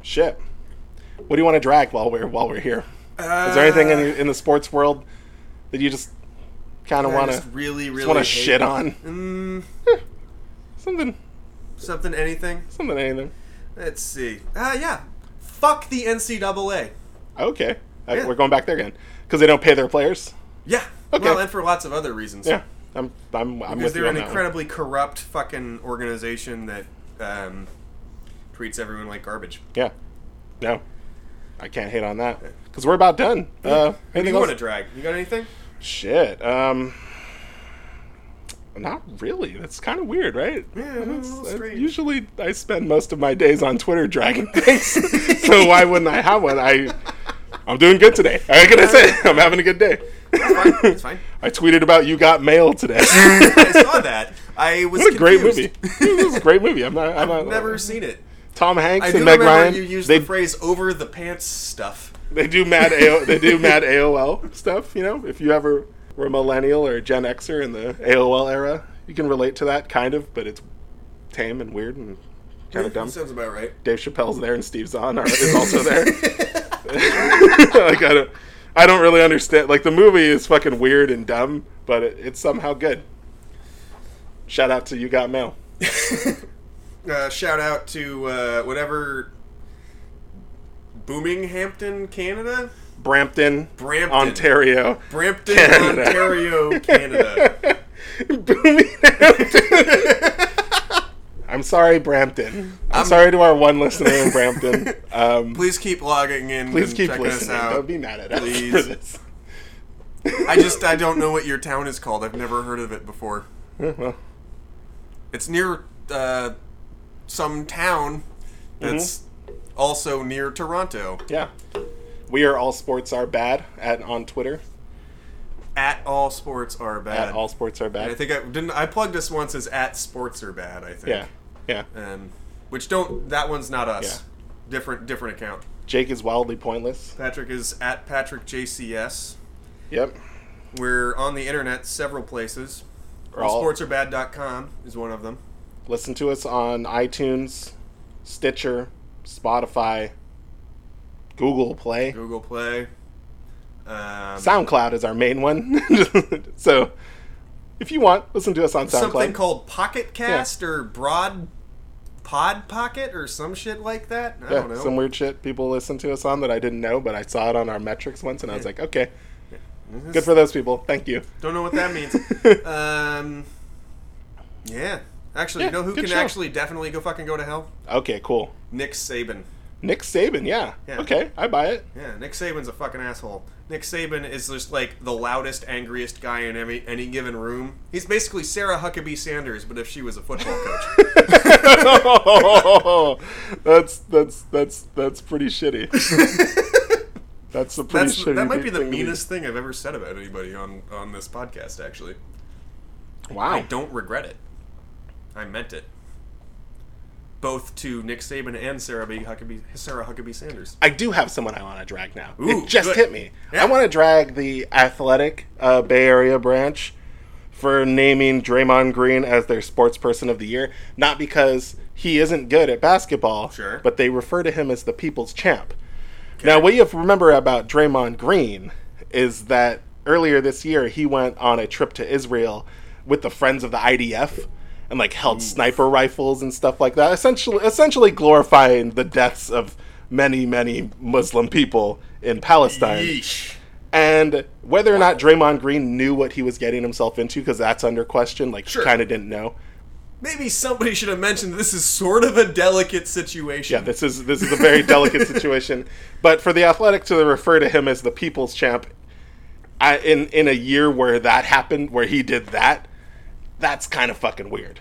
A: Shit.
B: Uh,
A: What do you want to drag while we're while we're here? Is there anything in, the- in the sports world that you just kind of
B: I
A: want
B: just
A: to
B: really, really
A: want to
B: hate
A: shit on
B: Mm,
A: something,
B: something, anything.
A: something, anything.
B: Let's see. Ah, yeah. Fuck the NCAA.
A: Okay, Uh,
B: Yeah.
A: we're going back there again because they don't pay their players.
B: Yeah.
A: Okay.
B: Well, and for lots of other reasons.
A: Yeah, I'm, I'm, I'm
B: Because
A: with
B: they're
A: you on
B: an
A: that one.
B: incredibly corrupt fucking organization that um, treats everyone like garbage.
A: Yeah, no, I can't hate on that because we're about done. Uh,
B: Who do
A: anything
B: you want
A: else?
B: to drag? You got anything?
A: Shit. Um, not really. That's kind of weird, right?
B: Yeah, that's a little
A: That's-
B: strange.
A: usually, I spend most of my days on Twitter dragging things, so why wouldn't I have one? I, I'm doing good today. I gotta say, I'm having a good day.
B: It's fine. It's fine.
A: I tweeted about you got mail today.
B: I saw that. I was
A: What a great movie!
B: confused.
A: This is a great movie. I'm not. I'm
B: I've
A: not-
B: never seen it.
A: Tom Hanks
B: I do
A: and Meg
B: remember
A: Ryan.
B: you used
A: they
B: the phrase "over the pants" stuff.
A: they do mad AO, they do mad AOL stuff. You know, if you ever were a millennial or a Gen Xer in the AOL era, you can relate to that kind of, but it's tame and weird and kind of dumb.
B: Sounds about right.
A: Dave Chappelle's there and Steve Zahn are, is also there. like I don't, I don't really understand. Like the movie is fucking weird and dumb, but it, it's somehow good. Shout out to You Got Mail.
B: Uh, shout out to uh, whatever Boominghampton, Canada,
A: Brampton,
B: Brampton.
A: Ontario.
B: Brampton,
A: Canada.
B: Ontario, Canada.
A: I'm sorry, Brampton. I'm,
B: I'm-
A: sorry to our one listener in Brampton. Um,
B: Please keep logging in.
A: please
B: and
A: keep
B: checking
A: listening.
B: Us out.
A: Don't be mad at us
B: Please.
A: for this.
B: I just I don't know what your town is called. I've never heard of it before.
A: Yeah, well,
B: It's near uh, some town that's
A: Mm-hmm.
B: also near Toronto.
A: yeah. We are all sports are bad at on Twitter.
B: At all sports are bad.
A: At all sports are
B: I
A: bad.
B: think I didn't. I plugged us once as at sports are bad. I think.
A: Yeah, yeah.
B: Um, which don't that one's not us.
A: Yeah.
B: Different different account.
A: Jake is wildly pointless.
B: Patrick is at Patrick JCS.
A: Yep.
B: We're on the internet several places.
A: We're all-
B: Sportsarebad.com is one of them.
A: Listen to us on iTunes, Stitcher, Spotify, Google Play.
B: Google Play. Um,
A: SoundCloud is our main one. so if you want, listen to us on SoundCloud.
B: something called Pocket Cast or Broad Pod Pocket or some shit like that. I
A: Yeah,
B: don't know.
A: some weird shit people listen to us on that I didn't know, but I saw it on our metrics once, and I was like, okay, good for those people. Thank you.
B: Don't know what that means. um, yeah. Actually,
A: Yeah,
B: you know who
A: good
B: can
A: show.
B: actually definitely go fucking go to hell?
A: Okay, cool.
B: Nick Saban.
A: Nick Saban, yeah.
B: Yeah.
A: Okay, I buy it.
B: Yeah, Nick Saban's a fucking asshole. Nick Saban is just like the loudest, angriest guy in any any given room. He's basically Sarah Huckabee Sanders, but if she was a football coach.
A: that's that's that's that's pretty shitty. That's a pretty
B: That's,
A: shitty.
B: that might be the
A: thing to
B: meanest thing I've ever said about anybody on on this podcast. Actually, I
A: Wow.
B: don't regret it. I meant it. Both to Nick Saban and Sarah B. Huckabee Sarah Huckabee Sanders.
A: I do have someone I want to drag now.
B: Ooh,
A: it just
B: good.
A: hit me.
B: Yeah.
A: I want to drag the athletic uh, Bay Area branch for naming Draymond Green as their sports person of the year. Not because he isn't good at basketball,
B: Sure.
A: but they refer to him as the people's champ. Now, what you have to remember about Draymond Green is that earlier this year he went on a trip to Israel with the friends of the IDF and like held sniper rifles and stuff like that. Essentially, essentially glorifying the deaths of many, many Muslim people in Palestine.
B: Yeesh.
A: And whether or not Draymond Green knew what he was getting himself into, because that's under question. Like
B: Sure.
A: he kind of didn't know.
B: Maybe somebody should have mentioned this is sort of a delicate situation.
A: Yeah, this is this is a very delicate situation. But for the athletic to refer to him as the people's champ, I, in in a year where that happened, where he did that, that's kind of fucking weird.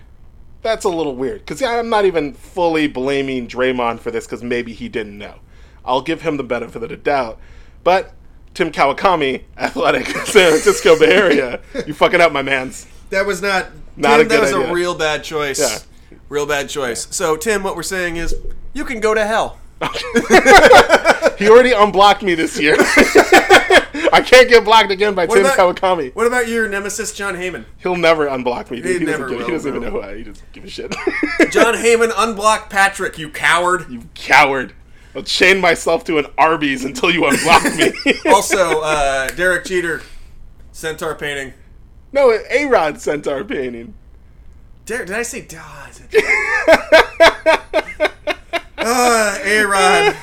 A: That's a little weird because I'm not even fully blaming Draymond for this because maybe he didn't know. I'll give him the benefit of the doubt, but. Tim Kawakami, athletic San Francisco Bay Area. You fucking up, my man's.
B: That was not.
A: Not
B: Tim,
A: a
B: that
A: good
B: was a
A: idea.
B: real bad choice.
A: Yeah.
B: Real bad choice. So Tim, what we're saying is, you can go to hell.
A: He already unblocked me this year. I can't get blocked again by Tim
B: about-
A: Kawakami.
B: What about your nemesis, John Heyman?
A: He'll never unblock me. Dude. He, doesn't,
B: never
A: give- he
B: will,
A: doesn't even
B: no.
A: know who I. He doesn't give a shit.
B: John Heyman, unblock Patrick, you coward.
A: Coward. I'll chain myself to an Arby's until you unblock me.
B: also, uh, Derek Jeter, centaur painting.
A: No, A Rod sent our painting.
B: Did, did I say Dod? Ah, A Rod.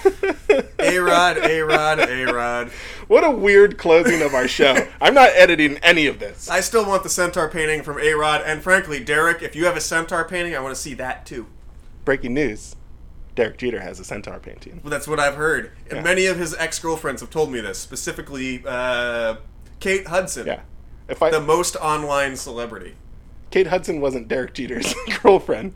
B: A Rod, A Rod, A Rod.
A: What a weird closing of our show. I'm not editing any of this.
B: I still want the centaur painting from A Rod, and frankly, Derek, if you have a centaur painting, I want to see that too.
A: Breaking news Derek Jeter has a centaur painting.
B: Well, that's what I've heard. And
A: Yeah.
B: many of his ex girlfriends have told me this, specifically uh, Kate Hudson,
A: Yeah. If I
B: the most online celebrity.
A: Kate Hudson wasn't Derek Jeter's girlfriend.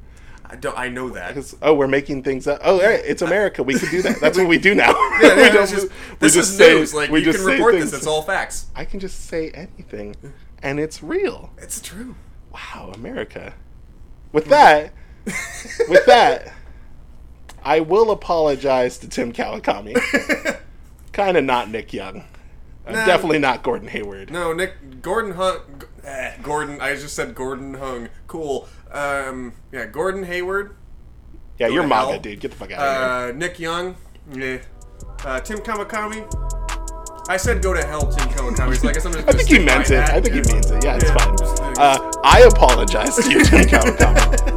B: I don't. I know that.
A: 'Cause, Oh, we're making things up. Oh, hey, it's America. We can do that. That's what we do now.
B: Yeah,
A: We
B: yeah,
A: don't-
B: it's just-
A: we
B: this
A: just
B: is
A: say-
B: news. Like
A: we
B: you can
A: just say
B: report this.
A: things.
B: It's all facts.
A: I can just say anything, and it's real.
B: It's true.
A: Wow, America. With that, with that, I will apologize to Tim Kawakami. kind of not Nick Young. Uh,
B: No.
A: Definitely not Gordon Hayward.
B: No, Nick Gordon Hung. G- eh, Gordon. I just said Gordon Hung. Cool. Um. Yeah. Gordon Hayward.
A: yeah, you're
B: to
A: manga,
B: hell.
A: dude. Get the fuck out of here.
B: Uh. Nick Young. Yeah. Uh, Tim Kawakami. I said go to hell, Tim Kawakami. So I guess I'm just.
A: I think he meant it. I think he means it. Yeah, it's fine. Uh, I apologize to you, Tim Kawakami.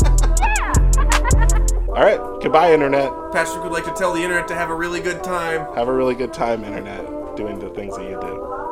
A: All right. Goodbye, Internet.
B: Patrick would like to tell the internet to have a really good time.
A: Have a really good time, Internet, doing the things that you do.